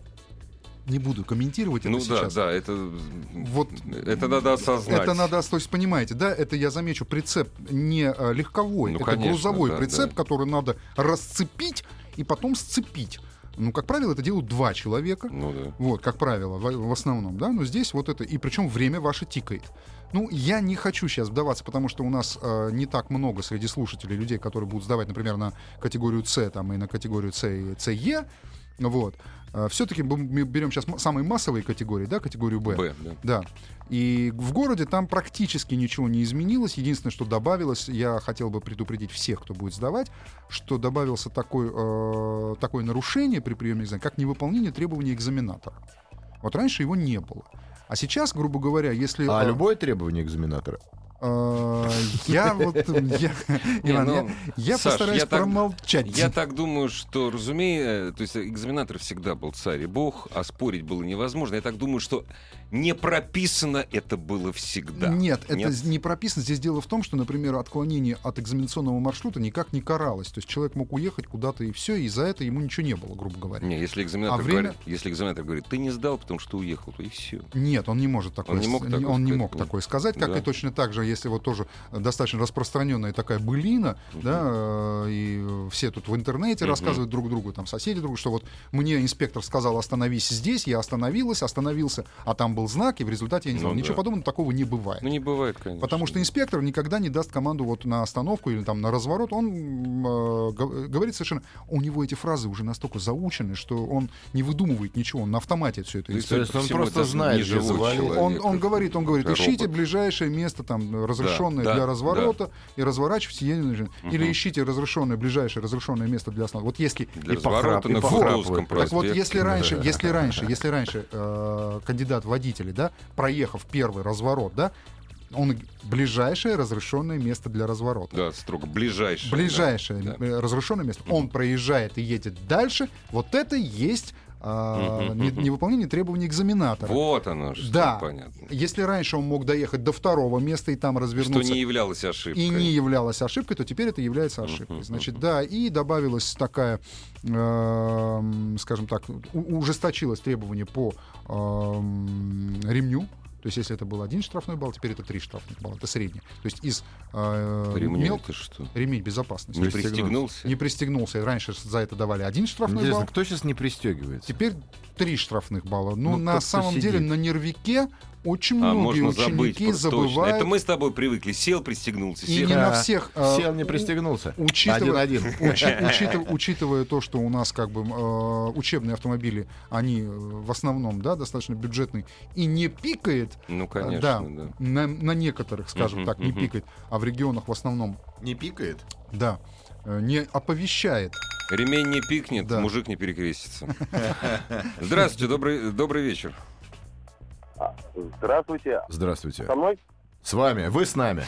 Speaker 3: Не буду комментировать
Speaker 1: Ну
Speaker 3: это
Speaker 1: да,
Speaker 3: сейчас.
Speaker 1: да, это...
Speaker 3: Вот
Speaker 1: Это надо осознать.
Speaker 3: это надо, то есть понимаете, да, это я замечу, прицеп не э, легковой,
Speaker 1: Ну,
Speaker 3: это
Speaker 1: конечно,
Speaker 3: грузовой
Speaker 1: да,
Speaker 3: прицеп,
Speaker 1: да.
Speaker 3: который надо расцепить и потом сцепить. Ну, как правило, это делают два человека.
Speaker 1: Ну да.
Speaker 3: Вот, как правило, в, в основном, да, но здесь вот это, и причем время ваше тикает. Ну, я не хочу сейчас вдаваться, потому что у нас э, не так много среди слушателей людей, которые будут сдавать, например, на категорию С там, и на категорию С и СЕ. Вот. Все-таки мы берем сейчас м- самые массовые категории, да, категорию Б.
Speaker 1: Б, да.
Speaker 3: Да. И в городе там практически ничего не изменилось. Единственное, что добавилось, я хотел бы предупредить всех, кто будет сдавать, что добавился такой, э, такое нарушение при приеме экзамена, как невыполнение требований экзаменатора. Вот раньше его не было. А сейчас, грубо говоря, если...
Speaker 2: А
Speaker 3: э,
Speaker 2: любое требование экзаменатора?
Speaker 3: э, Я вот... э, я-
Speaker 1: Не,
Speaker 3: Иван,
Speaker 1: ну,
Speaker 3: я- я
Speaker 1: Саш,
Speaker 3: постараюсь
Speaker 1: я так-
Speaker 3: промолчать.
Speaker 1: Я так думаю, что, разумея, то есть экзаменатор всегда был царь и бог, а спорить было невозможно. Я так думаю, что не прописано это было всегда.
Speaker 3: Нет, это
Speaker 1: Нет?
Speaker 3: з- не прописано. Здесь дело в том, что, например, отклонение от экзаменационного маршрута никак не каралось. То есть человек мог уехать куда-то и все, и за это ему ничего не было, грубо говоря.
Speaker 1: Не, если экзаменатор,
Speaker 3: А время?
Speaker 1: говорит, если экзаменатор говорит, ты не сдал, потому что уехал, то и все.
Speaker 3: Нет, он не может такое,
Speaker 1: Он не
Speaker 3: с-
Speaker 1: мог
Speaker 3: не-
Speaker 1: такое
Speaker 3: он не
Speaker 1: сказать,
Speaker 3: мог
Speaker 1: ну,
Speaker 3: такое сказать, как
Speaker 1: да.
Speaker 3: и точно так же, если вот тоже э, достаточно распространенная такая былина,
Speaker 1: Мгм.
Speaker 3: да, э, и э, все тут в интернете
Speaker 1: Мгм.
Speaker 3: рассказывают друг другу, там соседи друг другу, что вот мне инспектор сказал остановись здесь, я остановилась, остановился, а там был знак, и в результате я не
Speaker 1: Ну
Speaker 3: знал. Ничего
Speaker 1: да.
Speaker 3: подобного такого не бывает.
Speaker 1: Ну не бывает, конечно.
Speaker 3: Потому что инспектор никогда не даст команду вот на остановку или там на разворот. Он м, э, гов- говорит совершенно... У него эти фразы уже настолько заучены, что он не выдумывает ничего, он на автомате все это
Speaker 1: То есть,
Speaker 2: То есть
Speaker 1: судя по
Speaker 2: он
Speaker 1: всему,
Speaker 2: просто
Speaker 1: это
Speaker 2: знает, где
Speaker 1: неживой
Speaker 2: завалить.
Speaker 1: человек.
Speaker 3: Он, он говорит, он говорит,
Speaker 1: Робот.
Speaker 3: ищите ближайшее место там разрешенное
Speaker 1: Да, да,
Speaker 3: для разворота и разворачивайтесь. я не знаю, Или
Speaker 1: Мгм.
Speaker 3: ищите разрешенное ближайшее разрешенное место для остановки. Вот если
Speaker 1: Для
Speaker 2: и
Speaker 1: разворота
Speaker 2: похрапывает,
Speaker 1: на
Speaker 2: похрапывает.
Speaker 1: Кутузовском
Speaker 2: Так вот,
Speaker 3: так вот,
Speaker 1: проспекте.
Speaker 3: если раньше,
Speaker 2: да.
Speaker 3: если раньше, если раньше э, кандидат водителей, да, проехав первый разворот, да, он ближайшее разрешенное место для разворота.
Speaker 1: Да, строго ближайшее. да.
Speaker 3: Ближайшее
Speaker 1: Да.
Speaker 3: э, разрешенное место. Он проезжает и едет дальше. Вот это и есть э,
Speaker 1: Мгм,
Speaker 3: не-
Speaker 1: мгм.
Speaker 3: невыполнение требований экзаменатора.
Speaker 1: Вот оно, что
Speaker 3: Да.
Speaker 1: понятно.
Speaker 3: Если раньше он мог доехать до второго места и там
Speaker 1: Что
Speaker 3: развернуться
Speaker 1: не являлось ошибкой.
Speaker 3: и не являлась ошибкой, то теперь это является ошибкой.
Speaker 1: Мгм,
Speaker 3: Значит, да, и добавилась такая, эм, скажем так, у- ужесточилось требование по эм, ремню. То есть, если это был один штрафной балл, теперь это три штрафных балла, это средний. То есть из э,
Speaker 1: Ремню
Speaker 3: мел-
Speaker 1: ты что?
Speaker 3: ремень безопасности.
Speaker 1: Не
Speaker 2: Не
Speaker 1: пристегнулся?
Speaker 3: Не пристегнулся. Раньше за это давали один штрафной
Speaker 2: Интересно,
Speaker 3: балл.
Speaker 2: кто сейчас не пристегивается?
Speaker 3: Теперь три штрафных балла. Ну,
Speaker 2: Ну,
Speaker 3: на
Speaker 2: тот, кто
Speaker 3: самом деле,
Speaker 2: сидит.
Speaker 3: на нервике очень
Speaker 1: А
Speaker 3: многие
Speaker 1: можно забыть
Speaker 3: ученики
Speaker 1: просто, точно.
Speaker 3: забывают.
Speaker 1: Это мы с тобой привыкли. Сел, пристегнулся.
Speaker 3: И
Speaker 1: сел.
Speaker 3: не на
Speaker 2: Да.
Speaker 3: всех. э,
Speaker 2: Сел, не
Speaker 3: у-
Speaker 2: пристегнулся.
Speaker 3: Учитывая,
Speaker 2: Один-один.
Speaker 1: [laughs]
Speaker 3: учи- учитыв- учитывая то, что у нас как бы э, учебные автомобили, они э, в основном, да, достаточно бюджетные и не пикает,
Speaker 1: Ну,
Speaker 3: э,
Speaker 1: конечно,
Speaker 3: да,
Speaker 1: да.
Speaker 3: На, на некоторых, скажем
Speaker 1: Мгм,
Speaker 3: так, не
Speaker 1: мгм.
Speaker 3: пикает, а в регионах в основном,
Speaker 5: Не пикает?
Speaker 3: да, э, не оповещает.
Speaker 1: Ремень не пикнет,
Speaker 3: Да.
Speaker 1: мужик не
Speaker 3: [laughs]
Speaker 1: перекрестится. Здравствуйте, добрый, добрый вечер.
Speaker 6: А, Здравствуйте.
Speaker 2: Здравствуйте.
Speaker 6: Со мной?
Speaker 2: С вами. Вы с нами.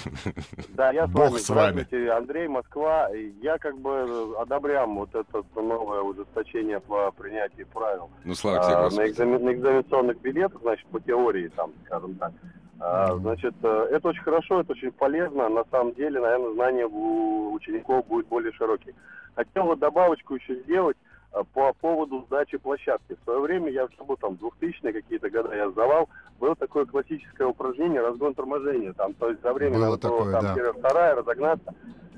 Speaker 6: Да, я с
Speaker 2: Бог
Speaker 6: вами.
Speaker 2: с вами.
Speaker 6: Здравствуйте, Андрей, Москва. Я как бы одобряем вот это новое ужесточение по принятию правил.
Speaker 1: Ну, слава тебе,
Speaker 6: А, на,
Speaker 1: Господи.
Speaker 6: экзамен- на экзаменационных билетах, значит, по теории, там, скажем так. А, Значит, э, это очень хорошо, это очень полезно. На самом деле, наверное, знания у учеников будут более широкие. Хотел вот добавочку еще сделать э, по поводу сдачи площадки. В свое время, я был там 2000-е какие-то года, я сдавал, было такое классическое упражнение разгон торможения. Там, то есть за время
Speaker 3: Было
Speaker 6: надо
Speaker 3: такое,
Speaker 6: там,
Speaker 3: да.
Speaker 6: первая, вторая, разогнаться.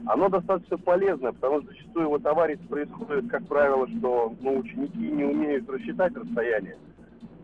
Speaker 6: Оно достаточно полезно, потому что зачастую вот аварии происходят, как правило, что ну, ученики не умеют рассчитать расстояние.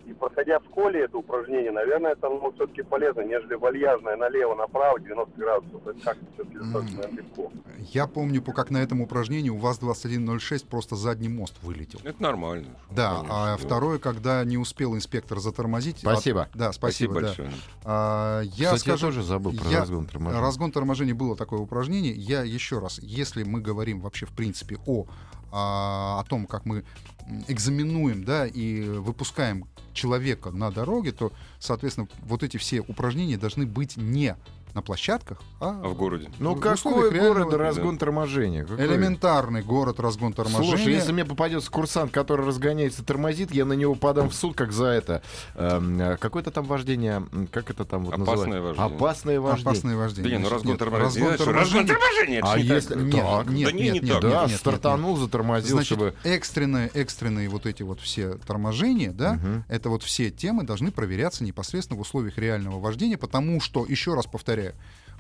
Speaker 6: И проходя в школе это упражнение, наверное, это ну, все-таки полезно, нежели вальяжное налево-направо 90 градусов. Это как-то все-таки достаточно легко.
Speaker 3: Я помню, по- как на этом упражнении у вас 2106 просто задний мост вылетел.
Speaker 1: Это нормально.
Speaker 3: Да,
Speaker 1: Конечно,
Speaker 3: а второе, когда не успел инспектор затормозить.
Speaker 2: Спасибо.
Speaker 3: А, да, спасибо.
Speaker 1: Спасибо
Speaker 3: да.
Speaker 1: большое.
Speaker 3: А, я
Speaker 2: Кстати,
Speaker 3: скажу,
Speaker 2: я тоже забыл про
Speaker 3: я-
Speaker 2: разгон торможения.
Speaker 3: Разгон торможения было такое упражнение. Я еще раз, если мы говорим вообще в принципе о а, о том, как мы м, экзаменуем, да, и выпускаем человека на дороге, то, соответственно, вот эти все упражнения должны быть не на площадках, а,
Speaker 1: А в городе?
Speaker 2: Ну
Speaker 3: В
Speaker 2: какой
Speaker 3: условиях реального-
Speaker 2: город разгон торможения? Какой?
Speaker 3: элементарный город разгон торможения.
Speaker 2: Слушай, если мне попадется курсант, который разгоняется, тормозит, я на него подам в суд, как за это. Эм, э, Какое-то там вождение, м, как это там вот
Speaker 1: Опасное
Speaker 2: называется?
Speaker 1: вождение.
Speaker 2: Опасное вождение.
Speaker 3: опасное вождение.
Speaker 1: Да не, ну
Speaker 3: Значит,
Speaker 1: разгон
Speaker 3: нет,
Speaker 1: торможения. Не
Speaker 3: разгон
Speaker 1: знаю, что, Разгон
Speaker 3: торможения-
Speaker 1: торможения! это
Speaker 2: А
Speaker 1: не так.
Speaker 2: если-
Speaker 3: Нет,
Speaker 2: Так.
Speaker 3: нет,
Speaker 1: Да не,
Speaker 3: нет,
Speaker 1: не
Speaker 3: нет,
Speaker 1: так.
Speaker 3: нет,
Speaker 2: Да,
Speaker 3: нет, нет.
Speaker 2: стартанул, затормозил,
Speaker 3: Значит,
Speaker 2: чтобы...
Speaker 3: экстренные, экстренные вот эти вот все торможения, да,
Speaker 2: Мгм.
Speaker 3: это вот все темы должны проверяться непосредственно в условиях реального вождения, потому что, еще раз повторяю,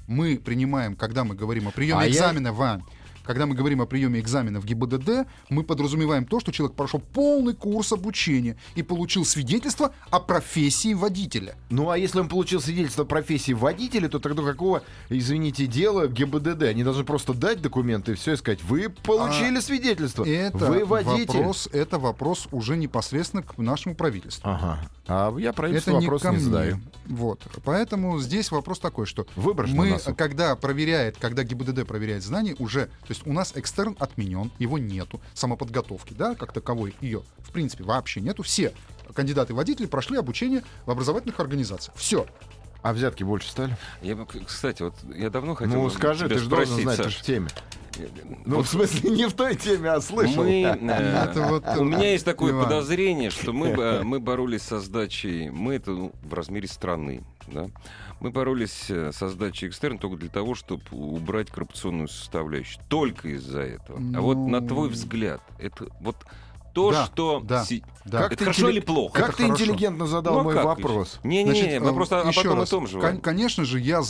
Speaker 3: мы принимаем, когда мы говорим о приеме
Speaker 2: А я-
Speaker 3: экзамена Вань, когда мы говорим о приеме экзамена в ГИБДД, мы подразумеваем то, что человек прошел полный курс обучения и получил свидетельство о профессии водителя.
Speaker 2: Ну а если он получил свидетельство о профессии водителя, то тогда какого, извините, дела ГИБДД? Они должны просто дать документы и все и сказать, вы получили свидетельство,
Speaker 3: А Это
Speaker 2: вы водитель.
Speaker 3: вопрос, это вопрос уже непосредственно к нашему правительству.
Speaker 2: Ага. А я
Speaker 3: это
Speaker 2: правительству
Speaker 3: не
Speaker 2: вопрос
Speaker 3: ко
Speaker 2: не,
Speaker 3: мне.
Speaker 2: задаю.
Speaker 3: Вот. Поэтому здесь вопрос такой, что
Speaker 2: Выброшено
Speaker 3: мы,
Speaker 2: на суд.
Speaker 3: когда проверяет, когда ГИБДД проверяет знания, уже, то есть у нас экстерн отменен, его нету, самоподготовки, да, как таковой ее, в принципе, вообще нету. Все кандидаты-водители прошли обучение в образовательных организациях. Все.
Speaker 2: А взятки больше стали?
Speaker 1: Я бы, кстати, вот я давно хотел
Speaker 2: ну скажи,
Speaker 1: тебя
Speaker 2: ты же должен
Speaker 1: спросить,
Speaker 2: знать, ты
Speaker 1: Саш.
Speaker 2: же в теме. Ну,
Speaker 1: Вот
Speaker 2: в смысле, не в той теме, а слышал.
Speaker 1: Мы,
Speaker 3: [laughs] Ну, Это
Speaker 1: э,
Speaker 3: вот,
Speaker 1: у меня есть такое
Speaker 3: Иван.
Speaker 1: подозрение, что мы,
Speaker 3: [laughs]
Speaker 1: бо- мы боролись со сдачей, мы это ну, в размере страны, да? мы боролись э, со сдачей экстерн только для того, чтобы убрать коррупционную составляющую. Только из-за этого. А вот на
Speaker 3: Ну.
Speaker 1: твой взгляд, это вот то,
Speaker 3: Да,
Speaker 1: что...
Speaker 3: да,
Speaker 1: си-
Speaker 3: да.
Speaker 1: Это хорошо или плохо?
Speaker 2: Как
Speaker 3: Это
Speaker 2: ты
Speaker 3: хорошо.
Speaker 2: интеллигентно
Speaker 1: Ну,
Speaker 2: задал мой вопрос?
Speaker 1: а Не-не-не, мы
Speaker 3: э,
Speaker 1: просто о
Speaker 3: еще
Speaker 1: одном и
Speaker 3: раз.
Speaker 1: том же.
Speaker 3: Кон-
Speaker 1: Вань.
Speaker 3: конечно же, я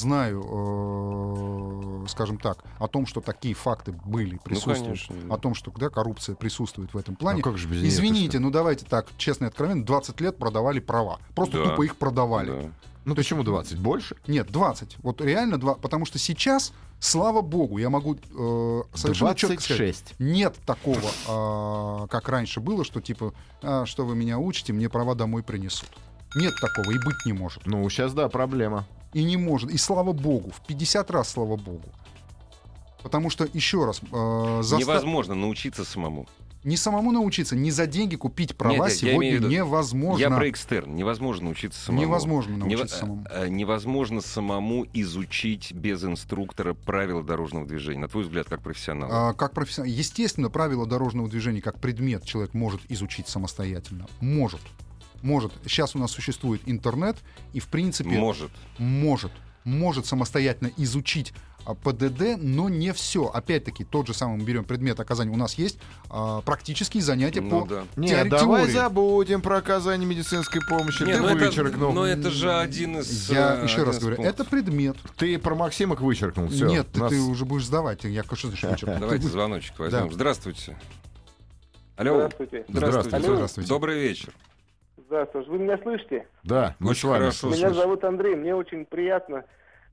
Speaker 3: знаю, э, скажем так, о том, что такие факты были, присутствуют,
Speaker 1: Ну, конечно, да.
Speaker 3: о том, что да, коррупция присутствует в этом плане.
Speaker 2: Ну как же без неё,
Speaker 3: Извините, ну давайте так, честно и откровенно, 20 лет продавали права. Просто
Speaker 1: Да.
Speaker 3: тупо их продавали.
Speaker 1: Да.
Speaker 2: Ну почему 20? Больше?
Speaker 3: Нет, 20. Вот реально 2, потому что сейчас, слава богу, я могу э, совершенно четко сказать.
Speaker 2: 26.
Speaker 3: Нет такого, а, как раньше было, что типа, «А, что вы меня учите, мне права домой принесут. Нет такого и быть не может.
Speaker 2: Ну, сейчас, да, проблема.
Speaker 3: И не может. И слава богу, в 50 раз слава богу. Потому что, еще раз, э, заста-
Speaker 1: Невозможно научиться самому.
Speaker 3: не самому научиться, не за деньги купить права
Speaker 1: Нет, я- я
Speaker 3: сегодня
Speaker 1: имею в виду-
Speaker 3: невозможно.
Speaker 1: Я про экстерн. Невозможно учиться самому.
Speaker 3: Невозможно
Speaker 1: Нево-
Speaker 3: научиться самому.
Speaker 1: э, Невозможно самому изучить без инструктора правила дорожного движения. На твой взгляд, как профессионал.
Speaker 3: А, Как профессионал. Естественно, правила дорожного движения как предмет человек может изучить самостоятельно. Может. Может. Сейчас у нас существует интернет, и в принципе
Speaker 1: Может.
Speaker 3: может. Может самостоятельно изучить а, ПДД, но не все. Опять-таки, тот же самый мы берем предмет оказания. У нас есть а, практические занятия
Speaker 1: Ну
Speaker 3: по [laughs]
Speaker 1: да.
Speaker 2: Не,
Speaker 3: теоре-
Speaker 2: давай
Speaker 3: теории.
Speaker 2: забудем про оказание медицинской помощи.
Speaker 1: Не,
Speaker 2: ты
Speaker 1: ну это-
Speaker 2: вычеркнул.
Speaker 1: но это же один из...
Speaker 3: Я
Speaker 1: э,
Speaker 3: еще
Speaker 1: один
Speaker 3: раз
Speaker 1: из
Speaker 3: говорю,
Speaker 1: пунктов. Ну
Speaker 3: это предмет.
Speaker 2: Ты про Максимок вычеркнул. Все.
Speaker 3: Нет, ты- ты уже будешь сдавать. Я что значит
Speaker 1: [laughs]
Speaker 3: вычеркнул?
Speaker 1: Давайте
Speaker 3: Ты будешь-
Speaker 1: звоночек возьмем.
Speaker 3: Да.
Speaker 1: Здравствуйте. Алло.
Speaker 6: Здравствуйте.
Speaker 2: Здравствуйте.
Speaker 1: Здравствуйте.
Speaker 3: Здравствуйте.
Speaker 1: Добрый вечер.
Speaker 5: Здравствуйте. Вы меня слышите?
Speaker 2: Да, мы
Speaker 1: Очень
Speaker 2: с вами.
Speaker 1: хорошо.
Speaker 5: меня
Speaker 1: слышно.
Speaker 5: зовут Андрей. Мне очень приятно,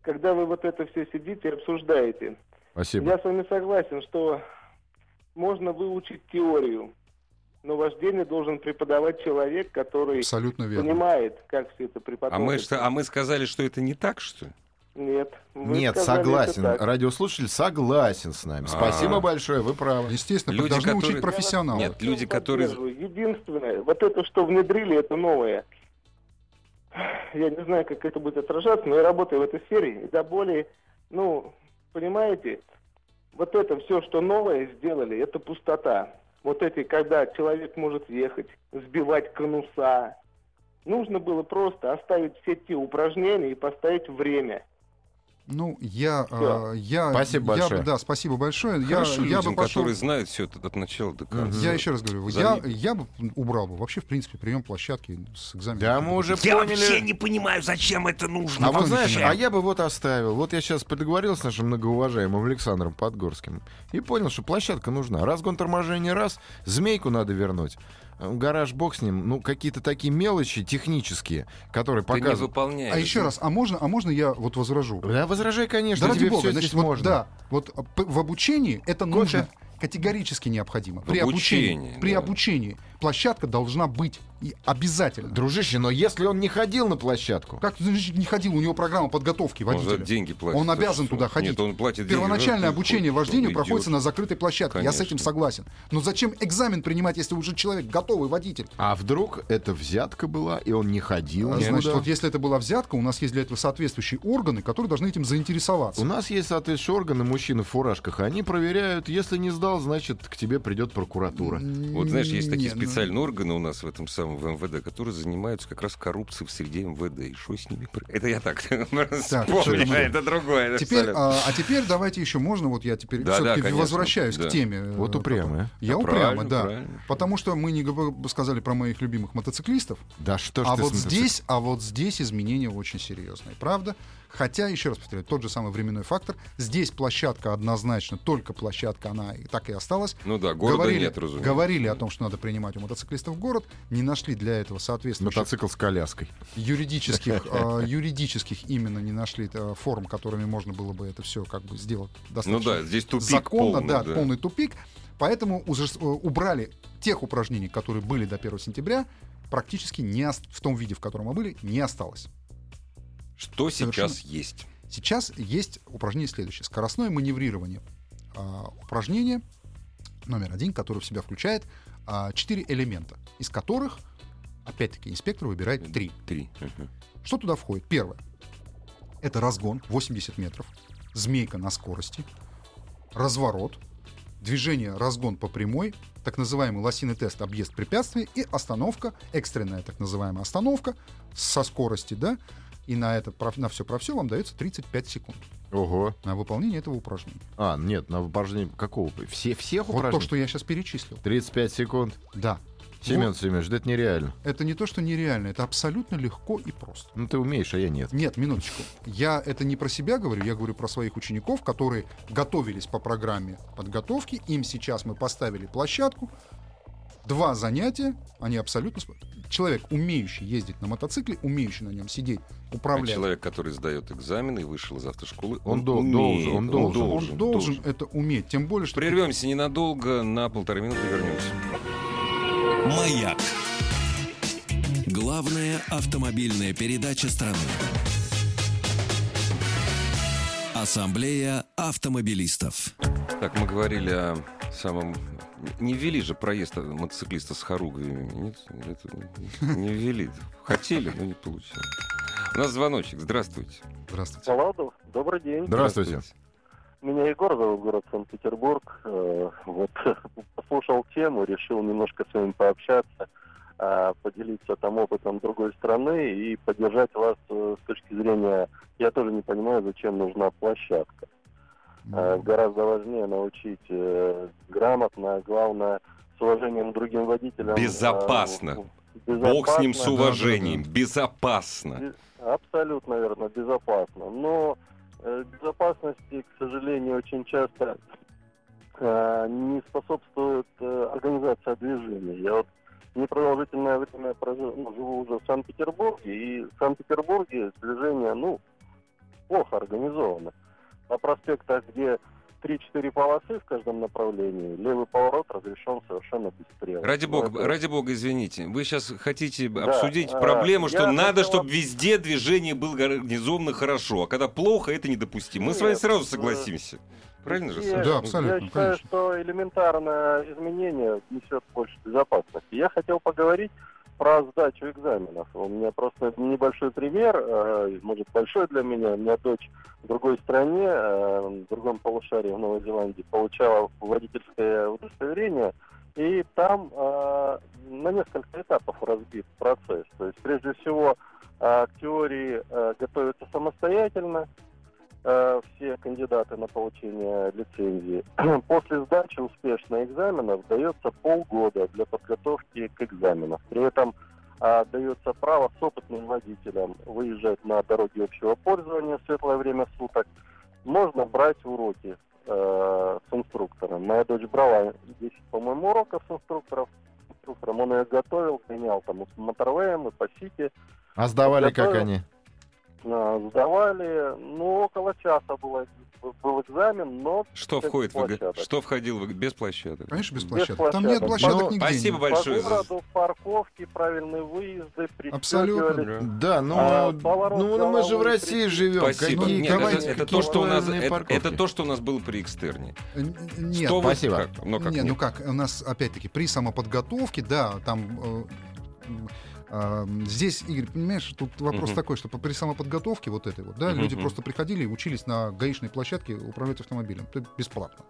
Speaker 5: когда вы вот это все сидите и обсуждаете.
Speaker 2: Спасибо.
Speaker 5: Я с вами согласен, что можно выучить теорию, но вождение должен преподавать человек, который
Speaker 3: Абсолютно верно.
Speaker 5: понимает, как все это преподавать.
Speaker 1: А мы, что, а мы сказали, что это не так, что ли?
Speaker 5: Нет. вы
Speaker 2: Нет,
Speaker 5: сказали,
Speaker 2: согласен.
Speaker 5: это так.
Speaker 2: Радиослушатель согласен с нами.
Speaker 1: А.
Speaker 2: Спасибо большое, вы правы.
Speaker 3: Естественно,
Speaker 1: Люди,
Speaker 3: должны
Speaker 1: которые-
Speaker 3: учить профессионалов.
Speaker 1: Нет,
Speaker 5: Я
Speaker 1: люди,
Speaker 5: вас А
Speaker 1: которые-
Speaker 5: поддерживаю. Единственное, вот это, что внедрили, это новое. Я не знаю, как это будет отражаться, но я работаю в этой сфере. И до боли, ну, понимаете, вот это все, что новое сделали, это пустота. Вот эти, когда человек может ехать, сбивать конуса. Нужно было просто оставить все те упражнения и поставить время.
Speaker 3: Ну, я...
Speaker 5: Всё.
Speaker 3: э, я
Speaker 2: Спасибо
Speaker 3: я бы-
Speaker 2: большое.
Speaker 3: Да, спасибо большое. Я,
Speaker 1: Хорошо
Speaker 3: я
Speaker 1: людям,
Speaker 3: бы пошел...
Speaker 1: которые знают все это от начала до конца.
Speaker 3: Я еще раз говорю,
Speaker 1: За-
Speaker 3: я, я бы убрал бы вообще, в принципе, прием площадки с экзаменом.
Speaker 2: Да, мы уже поняли.
Speaker 4: не понимаю, зачем это нужно.
Speaker 2: А
Speaker 3: Никто
Speaker 2: вот
Speaker 3: не
Speaker 2: знаешь,
Speaker 3: понимает.
Speaker 2: а я бы вот оставил. Вот я сейчас подговорил с нашим многоуважаемым Александром Подгорским и понял, что площадка нужна. Разгон торможения раз, змейку надо вернуть. Э, Гараж бог с ним, ну какие-то такие мелочи технические, которые
Speaker 1: Ты не
Speaker 2: показывают.
Speaker 1: выполняешь.
Speaker 3: А еще раз, а можно, а можно я вот возражу?
Speaker 2: Да, возражай, конечно,
Speaker 3: да ради
Speaker 2: тебе
Speaker 3: бога,
Speaker 2: все
Speaker 3: значит,
Speaker 2: здесь
Speaker 3: вот,
Speaker 2: можно.
Speaker 3: да, вот а, п- в обучении это нужно категорически необходимо. При
Speaker 1: обучении,
Speaker 3: обучении, при
Speaker 1: да.
Speaker 3: обучении площадка должна быть и обязательно.
Speaker 2: Дружище, но если он не ходил на площадку,
Speaker 3: Как ты значит, не ходил, у него программа подготовки
Speaker 1: Он за
Speaker 3: водителя.
Speaker 1: деньги платит.
Speaker 3: Он
Speaker 1: за
Speaker 3: обязан
Speaker 1: что?
Speaker 3: туда ходить.
Speaker 1: Нет, он платит деньги.
Speaker 3: Первоначальное
Speaker 1: Раз ты
Speaker 3: обучение
Speaker 1: ходишь,
Speaker 3: вождению
Speaker 1: он
Speaker 3: проходится
Speaker 1: идет.
Speaker 3: на закрытой площадке. Я с
Speaker 1: Конечно.
Speaker 3: этим согласен. Но зачем экзамен принимать, если уже человек готовый водитель?
Speaker 2: а вдруг это взятка была, и он не ходил
Speaker 3: А,
Speaker 1: Ну,
Speaker 3: Значит,
Speaker 2: никуда?
Speaker 3: вот если это была взятка, у нас есть для этого соответствующие органы, которые должны этим
Speaker 2: У
Speaker 3: заинтересоваться.
Speaker 2: нас есть соответствующие органы, мужчины в фуражках, они проверяют, если не сдал, значит, к тебе придет прокуратура.
Speaker 1: Вот знаешь, есть такие
Speaker 3: Не, ну,
Speaker 1: специальные органы у нас в этом самом в МВД, которые занимаются как раз коррупцией в среде МВД. И что с ними? про- Это я так [laughs]
Speaker 3: что
Speaker 1: вспомнил,
Speaker 3: это?
Speaker 1: а это другое.
Speaker 3: Теперь,
Speaker 1: абсолютно.
Speaker 3: а, а теперь давайте еще можно, вот я теперь
Speaker 1: Да, да,
Speaker 3: все-таки
Speaker 1: конечно,
Speaker 3: возвращаюсь
Speaker 1: да.
Speaker 3: к теме.
Speaker 2: Вот
Speaker 3: э,
Speaker 2: упрямая.
Speaker 3: которая- Я
Speaker 1: Да,
Speaker 3: упрямый,
Speaker 1: правильно,
Speaker 3: да.
Speaker 1: правильно.
Speaker 3: Потому что мы не гов- сказали про моих любимых мотоциклистов,
Speaker 2: Да что ж
Speaker 3: а
Speaker 2: ты
Speaker 3: вот
Speaker 2: с мотоцик-
Speaker 3: здесь, а вот здесь изменения очень серьезные, правда? Хотя, еще раз повторяю, тот же самый временной фактор. Здесь площадка однозначно, только площадка, она и так и осталась.
Speaker 1: Ну да, города
Speaker 3: говорили,
Speaker 1: нет, разумеется.
Speaker 3: Говорили о том, что надо принимать у мотоциклистов город, не нашли для этого соответствующих
Speaker 2: Мотоцикл с коляской.
Speaker 1: [laughs]
Speaker 3: юридических, э, юридических именно не нашли э, форм, которыми можно было бы это все как бы сделать
Speaker 1: Ну
Speaker 3: достаточно
Speaker 1: да, здесь тупик
Speaker 3: законно,
Speaker 1: полный,
Speaker 3: а, да, полный тупик. Поэтому ужас- э, убрали тех упражнений, которые были до 1 сентября, практически не ос- в том виде, в котором мы были, не осталось.
Speaker 1: Что сейчас
Speaker 3: Совершенно.
Speaker 1: есть?
Speaker 3: Сейчас есть упражнение следующее. Скоростное маневрирование. А, упражнение номер один, которое в себя включает а, четыре элемента, из которых, опять-таки, инспектор выбирает три.
Speaker 1: Три. Мгм.
Speaker 3: Что туда входит? Первое. Это разгон 80 метров, змейка на скорости, разворот, движение разгон по прямой, так называемый лосиный тест объезд препятствий и остановка, экстренная так называемая остановка со скорости, да, и на это про- на все про все вам дается 35 секунд
Speaker 2: Ого.
Speaker 3: на выполнение этого упражнения.
Speaker 2: А, нет, на упражнение какого? Все, всех
Speaker 3: Вот
Speaker 2: упражнений?
Speaker 3: то, что я сейчас перечислил.
Speaker 2: 35 секунд.
Speaker 3: Да.
Speaker 2: Семен
Speaker 3: Вот
Speaker 2: Семенович, да это нереально.
Speaker 3: это не то, что нереально, это абсолютно легко и просто.
Speaker 2: Ну ты умеешь, а я нет.
Speaker 3: Нет, минуточку. Я это не про себя говорю, я говорю про своих учеников, которые готовились по программе подготовки. Им сейчас мы поставили площадку. Два занятия, они абсолютно... сп- Человек, умеющий ездить на мотоцикле, умеющий на нем сидеть,
Speaker 1: А
Speaker 3: управлять.
Speaker 1: человек, который сдает экзамены и вышел из автошколы,
Speaker 2: Он
Speaker 1: он,
Speaker 2: дол-
Speaker 1: умеет,
Speaker 2: должен, он
Speaker 3: он
Speaker 2: должен,
Speaker 3: должен, это уметь. Тем более, что...
Speaker 1: Прервемся ненадолго, на полторы минуты вернемся.
Speaker 4: Маяк. Главная автомобильная передача страны. Ассамблея автомобилистов.
Speaker 1: Так, мы говорили о самом... Не ввели же проезд мотоциклиста с хоругвями, нет? Это не ввели. Хотели, но не получилось. У нас звоночек. Здравствуйте.
Speaker 3: Здравствуйте.
Speaker 6: Саладов, добрый день.
Speaker 2: Здравствуйте.
Speaker 6: Меня Егор зовут, город Санкт-Петербург. Э, Вот [laughs] послушал тему, решил немножко с вами пообщаться, э, поделиться там опытом другой страны и поддержать вас э, с точки зрения... Я тоже не понимаю, зачем нужна площадка. Э, Гораздо важнее научить э, грамотно, главное, с уважением к другим водителям. э,
Speaker 1: Безопасно.
Speaker 6: безопасно.
Speaker 1: Бог с ним с
Speaker 6: Да,
Speaker 1: уважением.
Speaker 2: да,
Speaker 1: Безопасно.
Speaker 6: Бе- Абсолютно верно, безопасно. Но э, безопасности, к сожалению, очень часто э, не способствует э, организация движения. Я вот непродолжительное время прожил, ну, живу уже в Санкт-Петербурге, и в Санкт-Петербурге движение, ну, плохо организовано. На проспектах, где 3-4 полосы в каждом направлении, левый поворот разрешен совершенно без стрелок.
Speaker 1: Ради
Speaker 6: Ну,
Speaker 1: бога,
Speaker 6: это-
Speaker 1: ради бога, извините. Вы сейчас хотите
Speaker 6: Да,
Speaker 1: обсудить
Speaker 6: э,
Speaker 1: проблему, что
Speaker 6: я
Speaker 1: надо,
Speaker 6: хотел-
Speaker 1: чтобы везде движение было организовано хорошо, а когда плохо, это недопустимо. Мы с
Speaker 6: Нет,
Speaker 1: вами сразу
Speaker 6: э,
Speaker 1: согласимся. Правильно же?
Speaker 6: Везде-
Speaker 1: Саша?
Speaker 3: Да, абсолютно,
Speaker 6: Я считаю,
Speaker 3: конечно.
Speaker 6: что элементарное изменение несет больше безопасности. Я хотел поговорить про сдачу экзаменов. У меня просто небольшой пример, э, может, большой для меня. У меня дочь в другой стране, э, в другом полушарии, в Новой Зеландии, получала водительское удостоверение, и там э, на несколько этапов разбит процесс. То есть, прежде всего, э, к теории э, готовятся самостоятельно, э, все кандидаты на получение лицензии. [clears throat] После сдачи успешно экзаменов дается полгода для подготовки к экзаменам. При этом а, дается право с опытным водителем выезжать на дороги общего пользования в светлое время суток. Можно брать уроки э, с инструктором. Моя дочь брала 10, по-моему, уроков с инструктором. инструктором. Он ее готовил, гонял там и с моторвеем, и по сити.
Speaker 2: А сдавали как
Speaker 6: Готовил.
Speaker 2: они?
Speaker 6: А, Сдавали, ну, около часа было, был экзамен, но...
Speaker 1: Что
Speaker 6: без
Speaker 1: входит в эг-
Speaker 6: площадок.
Speaker 1: Что входил в эг- без площадок?
Speaker 3: Конечно, без
Speaker 6: Без
Speaker 3: площадок. Там нет
Speaker 6: площадок.
Speaker 3: площадок
Speaker 2: Ну,
Speaker 3: нигде.
Speaker 1: Спасибо
Speaker 3: нет.
Speaker 1: большое.
Speaker 6: По
Speaker 1: за-
Speaker 6: городу, парковки, правильные выезды,
Speaker 3: Абсолютно.
Speaker 6: пристегивались.
Speaker 2: Да, ну,
Speaker 6: А,
Speaker 2: ну,
Speaker 6: поворот
Speaker 2: ну мы же в
Speaker 6: головой
Speaker 2: России
Speaker 6: при-
Speaker 2: живем.
Speaker 1: Спасибо.
Speaker 3: ну,
Speaker 2: Какие,
Speaker 1: Нет,
Speaker 2: давайте,
Speaker 1: это, это
Speaker 2: какие
Speaker 1: то, что у нас,
Speaker 2: правильные
Speaker 1: это,
Speaker 2: парковки?
Speaker 1: это то, что у нас было при экстерне.
Speaker 3: Н- Нет,
Speaker 1: Что вы-
Speaker 2: Спасибо.
Speaker 1: как? Ну как?
Speaker 3: не,
Speaker 1: нет?
Speaker 3: ну как, у нас опять-таки при самоподготовке, да, там э, м, э, здесь, Игорь, понимаешь, тут вопрос
Speaker 1: Мгм.
Speaker 3: такой, что по- при самоподготовке вот этой вот, да,
Speaker 1: Мгм,
Speaker 3: люди
Speaker 1: мгм.
Speaker 3: просто приходили и учились на гаишной площадке управлять автомобилем, то есть бесплатно.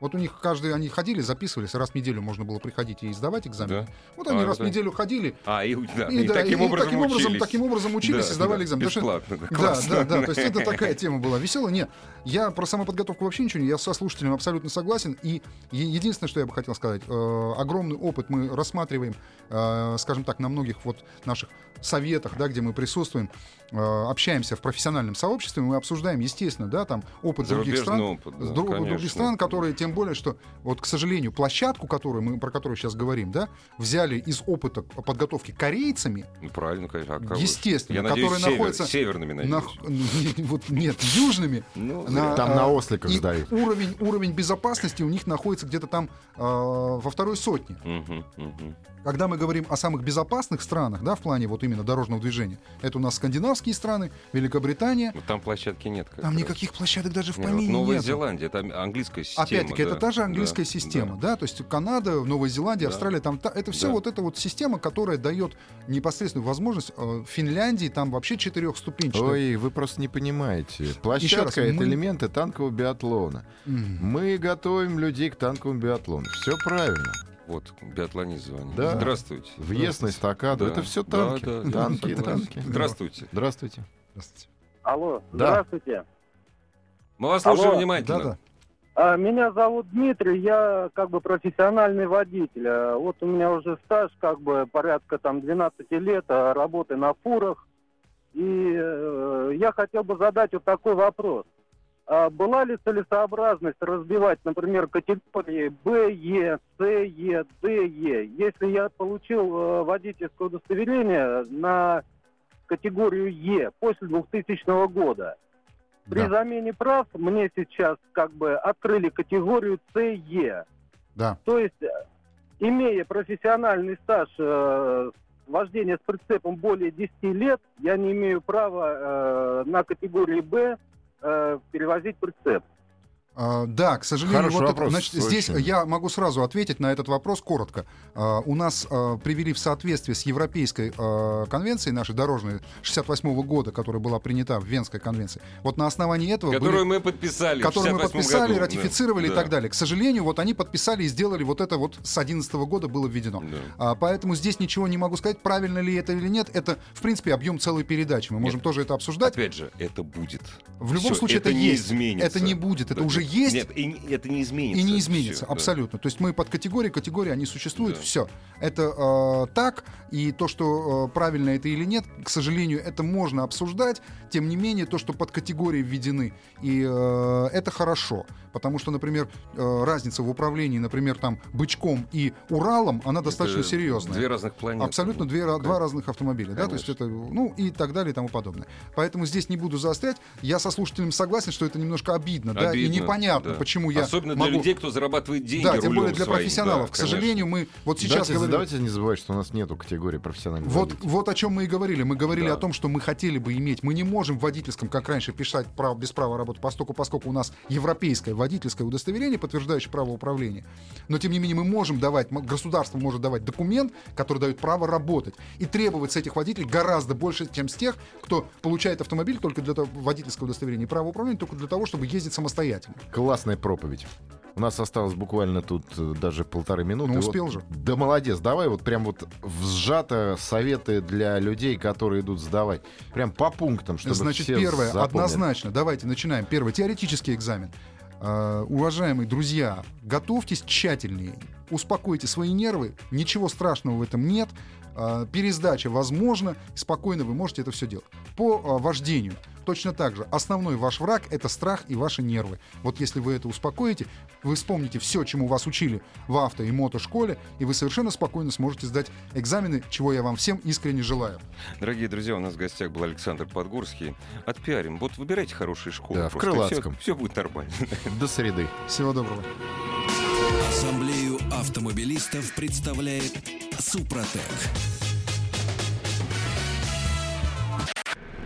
Speaker 3: Вот у них каждый, они ходили, записывались, раз в неделю можно было приходить и сдавать экзамен.
Speaker 1: Да.
Speaker 3: Вот они
Speaker 1: А,
Speaker 3: раз в
Speaker 1: да.
Speaker 3: неделю ходили,
Speaker 1: А, и, да,
Speaker 3: и,
Speaker 1: и
Speaker 3: да,
Speaker 1: таким
Speaker 3: и
Speaker 1: образом
Speaker 3: таким образом,
Speaker 1: учились.
Speaker 3: таким образом учились
Speaker 1: Да,
Speaker 3: и сдавали
Speaker 1: да,
Speaker 3: экзамен. Потому что-
Speaker 1: Бесплатно, [laughs] да,
Speaker 3: да,
Speaker 1: классно.
Speaker 3: да, да. То есть [laughs] это такая тема была веселая. Нет, я про самоподготовку вообще ничего не. Я со слушателем абсолютно согласен. И е- единственное, что я бы хотел сказать, э, огромный опыт мы рассматриваем, э, скажем так, на многих вот наших советах, да, где мы присутствуем, э, общаемся в профессиональном сообществе, мы обсуждаем, естественно, да, там опыт других
Speaker 1: Зарубежный
Speaker 3: стран,
Speaker 1: опыт, да,
Speaker 3: с друг- других
Speaker 1: конечно.
Speaker 3: стран, которые, тем более, что вот, к сожалению, площадку, которую мы про которую сейчас говорим, да, взяли из опыта подготовки корейцами,
Speaker 1: Ну, правильно, конечно. а кого же?
Speaker 3: Естественно,
Speaker 1: Я надеюсь,
Speaker 3: которые
Speaker 1: север-
Speaker 3: находятся
Speaker 1: северными,
Speaker 3: на-
Speaker 1: надеюсь.
Speaker 3: [laughs] вот нет, южными.
Speaker 1: Ну,
Speaker 3: на-
Speaker 2: Там
Speaker 3: а,
Speaker 2: на осликах
Speaker 3: и
Speaker 2: сдают.
Speaker 3: Уровень, уровень безопасности у них находится где-то там а, во второй сотне.
Speaker 1: Мгм, мгм.
Speaker 3: Когда мы говорим о самых безопасных странах, да, в плане вот именно дорожного движения, это у нас скандинавские страны, Великобритания.
Speaker 1: Вот Ну, Там площадки нет. как
Speaker 3: Там
Speaker 1: раз.
Speaker 3: никаких площадок даже в
Speaker 1: Не, вот
Speaker 3: помине
Speaker 1: Новая
Speaker 3: нету.
Speaker 1: Зеландия, там английская система.
Speaker 3: Опять-таки, это
Speaker 1: да,
Speaker 3: та же
Speaker 1: да,
Speaker 3: английская система, да. то есть Канада, Новая Зеландия,
Speaker 1: Да.
Speaker 3: Австралия, там та- это все
Speaker 1: Да.
Speaker 3: вот эта вот система, которая дает непосредственную возможность. э, В Финляндии там вообще четырехступенчатая.
Speaker 2: Ой, вы просто не понимаете.
Speaker 3: Еще
Speaker 2: Площадка
Speaker 3: раз,
Speaker 2: это
Speaker 3: мы-
Speaker 2: элементы танкового биатлона.
Speaker 3: М.
Speaker 2: Мы готовим людей к танковому биатлону. Все правильно.
Speaker 1: да. Вот, биатлонист звонит.
Speaker 2: Да.
Speaker 1: Здравствуйте.
Speaker 2: Въезд на эстакаду.
Speaker 1: Да.
Speaker 2: Это все
Speaker 1: Да,
Speaker 2: танки.
Speaker 1: да, да,
Speaker 2: танки,
Speaker 1: согласен.
Speaker 2: танки.
Speaker 1: Здравствуйте.
Speaker 2: Здравствуйте.
Speaker 3: Здравствуйте.
Speaker 6: Алло,
Speaker 2: Да.
Speaker 6: здравствуйте.
Speaker 1: Мы вас слушаем
Speaker 6: Алло.
Speaker 1: внимательно.
Speaker 3: Да-да.
Speaker 6: А, Меня зовут Дмитрий, я как бы профессиональный водитель. А, Вот у меня уже стаж как бы порядка там 12 лет а, работы на фурах. И э, я хотел бы задать вот такой вопрос. А была ли целесообразность разбивать, например, категории Б, Е, С, Е, Д, Е? Если я получил э, водительское удостоверение на категорию Е после 2000 года, при
Speaker 3: Да.
Speaker 6: замене прав мне сейчас как бы открыли категорию СЕ.
Speaker 3: Да.
Speaker 6: То есть, э, имея профессиональный стаж э, вождения с прицепом более 10 лет, я не имею права э, на категории Б э, перевозить прицеп.
Speaker 3: А, Да, к сожалению,
Speaker 2: Хороший
Speaker 3: вот это-
Speaker 2: вопрос,
Speaker 3: значит,
Speaker 2: очень.
Speaker 3: здесь я могу сразу ответить на этот вопрос коротко. А, У нас а, привели в соответствие с Европейской а, конвенцией, нашей дорожной 68 года, которая была принята в Венской конвенции. Вот на основании этого были-
Speaker 1: Которую мы подписали в
Speaker 3: которые мы
Speaker 1: 68
Speaker 3: подписали,
Speaker 1: году.
Speaker 3: ратифицировали
Speaker 1: Да.
Speaker 3: и так далее. К сожалению, вот они подписали и сделали вот это вот с 2011 года было введено.
Speaker 1: Да.
Speaker 3: А, Поэтому здесь ничего не могу сказать, правильно ли это или нет. Это, в принципе, объем целой передачи. Мы можем тоже это обсуждать.
Speaker 1: Опять же, это будет.
Speaker 3: В любом
Speaker 1: Всё,
Speaker 3: случае, это,
Speaker 1: не
Speaker 3: есть.
Speaker 1: изменится.
Speaker 3: Это не будет, это
Speaker 1: Да,
Speaker 3: уже уже есть.
Speaker 1: Нет, и не- это не изменится.
Speaker 3: И не изменится,
Speaker 1: Всё, да.
Speaker 3: абсолютно. То есть мы под категории, категории, они существуют,
Speaker 1: Да.
Speaker 3: все. Это э, так, и то, что э, правильно это или нет, к сожалению, это можно обсуждать. Тем не менее, то, что под категории введены, и э, это хорошо. Потому что, например, э, разница в управлении, например, там, бычком и Уралом, она достаточно
Speaker 1: Это
Speaker 3: серьезная.
Speaker 1: Две разных планеты.
Speaker 3: Абсолютно две, ра- два разных автомобиля, да, то есть это, ну, и так далее и тому подобное. Поэтому здесь не буду заострять. Я со слушателем согласен, что это немножко обидно, да, и
Speaker 1: Обидно,
Speaker 3: непонятно,
Speaker 1: да.
Speaker 3: почему я
Speaker 1: Особенно
Speaker 3: могу...
Speaker 1: для людей, кто зарабатывает деньги
Speaker 3: Да, тем
Speaker 1: рулём
Speaker 3: более для
Speaker 1: своим,
Speaker 3: профессионалов.
Speaker 1: да,
Speaker 3: К сожалению, мы вот сейчас
Speaker 2: давайте,
Speaker 3: говорим...
Speaker 2: давайте не забывать, что у нас нету категории профессиональных
Speaker 3: Вот,
Speaker 2: водителей.
Speaker 3: вот о чем мы и говорили. Мы говорили
Speaker 1: Да.
Speaker 3: о том, что мы хотели бы иметь. Мы не можем в водительском, как раньше, писать прав- без права работы, поскольку, поскольку у нас европейское водительское удостоверение, подтверждающее право управления. Но, тем не менее, мы можем давать, м- государство может давать документ, который дает право работать. И требовать с этих водителей гораздо больше, чем с тех, кто получает автомобиль только для того, водительское удостоверение и право управления только для того, чтобы ездить самостоятельно.
Speaker 2: Классная проповедь. У нас осталось буквально тут э, даже полторы минуты.
Speaker 3: Ну,
Speaker 2: И
Speaker 3: успел
Speaker 2: вот-
Speaker 3: же.
Speaker 2: Да молодец, давай вот прям вот взжато советы для людей, которые идут сдавать. Прям по пунктам, чтобы
Speaker 3: Значит,
Speaker 2: все
Speaker 3: первое,
Speaker 2: запомнили.
Speaker 3: однозначно. Давайте начинаем. Первое, теоретический экзамен. Э, Уважаемые друзья, готовьтесь тщательнее, успокойте свои нервы, ничего страшного в этом нет, Э, пересдача возможна, спокойно вы можете это все делать. По э, вождению точно так же. Основной ваш враг — это страх и ваши нервы. Вот если вы это успокоите, вы вспомните все, чему вас учили в авто и мотошколе, и вы совершенно спокойно сможете сдать экзамены, чего я вам всем искренне желаю.
Speaker 1: Дорогие друзья, у нас в гостях был Александр Подгорский. Отпиарим. Вот выбирайте хорошие школы.
Speaker 2: Да, в Крылатском.
Speaker 1: Все будет нормально.
Speaker 2: До среды.
Speaker 3: Всего доброго.
Speaker 4: Ассамблею автомобилистов представляет Супротек.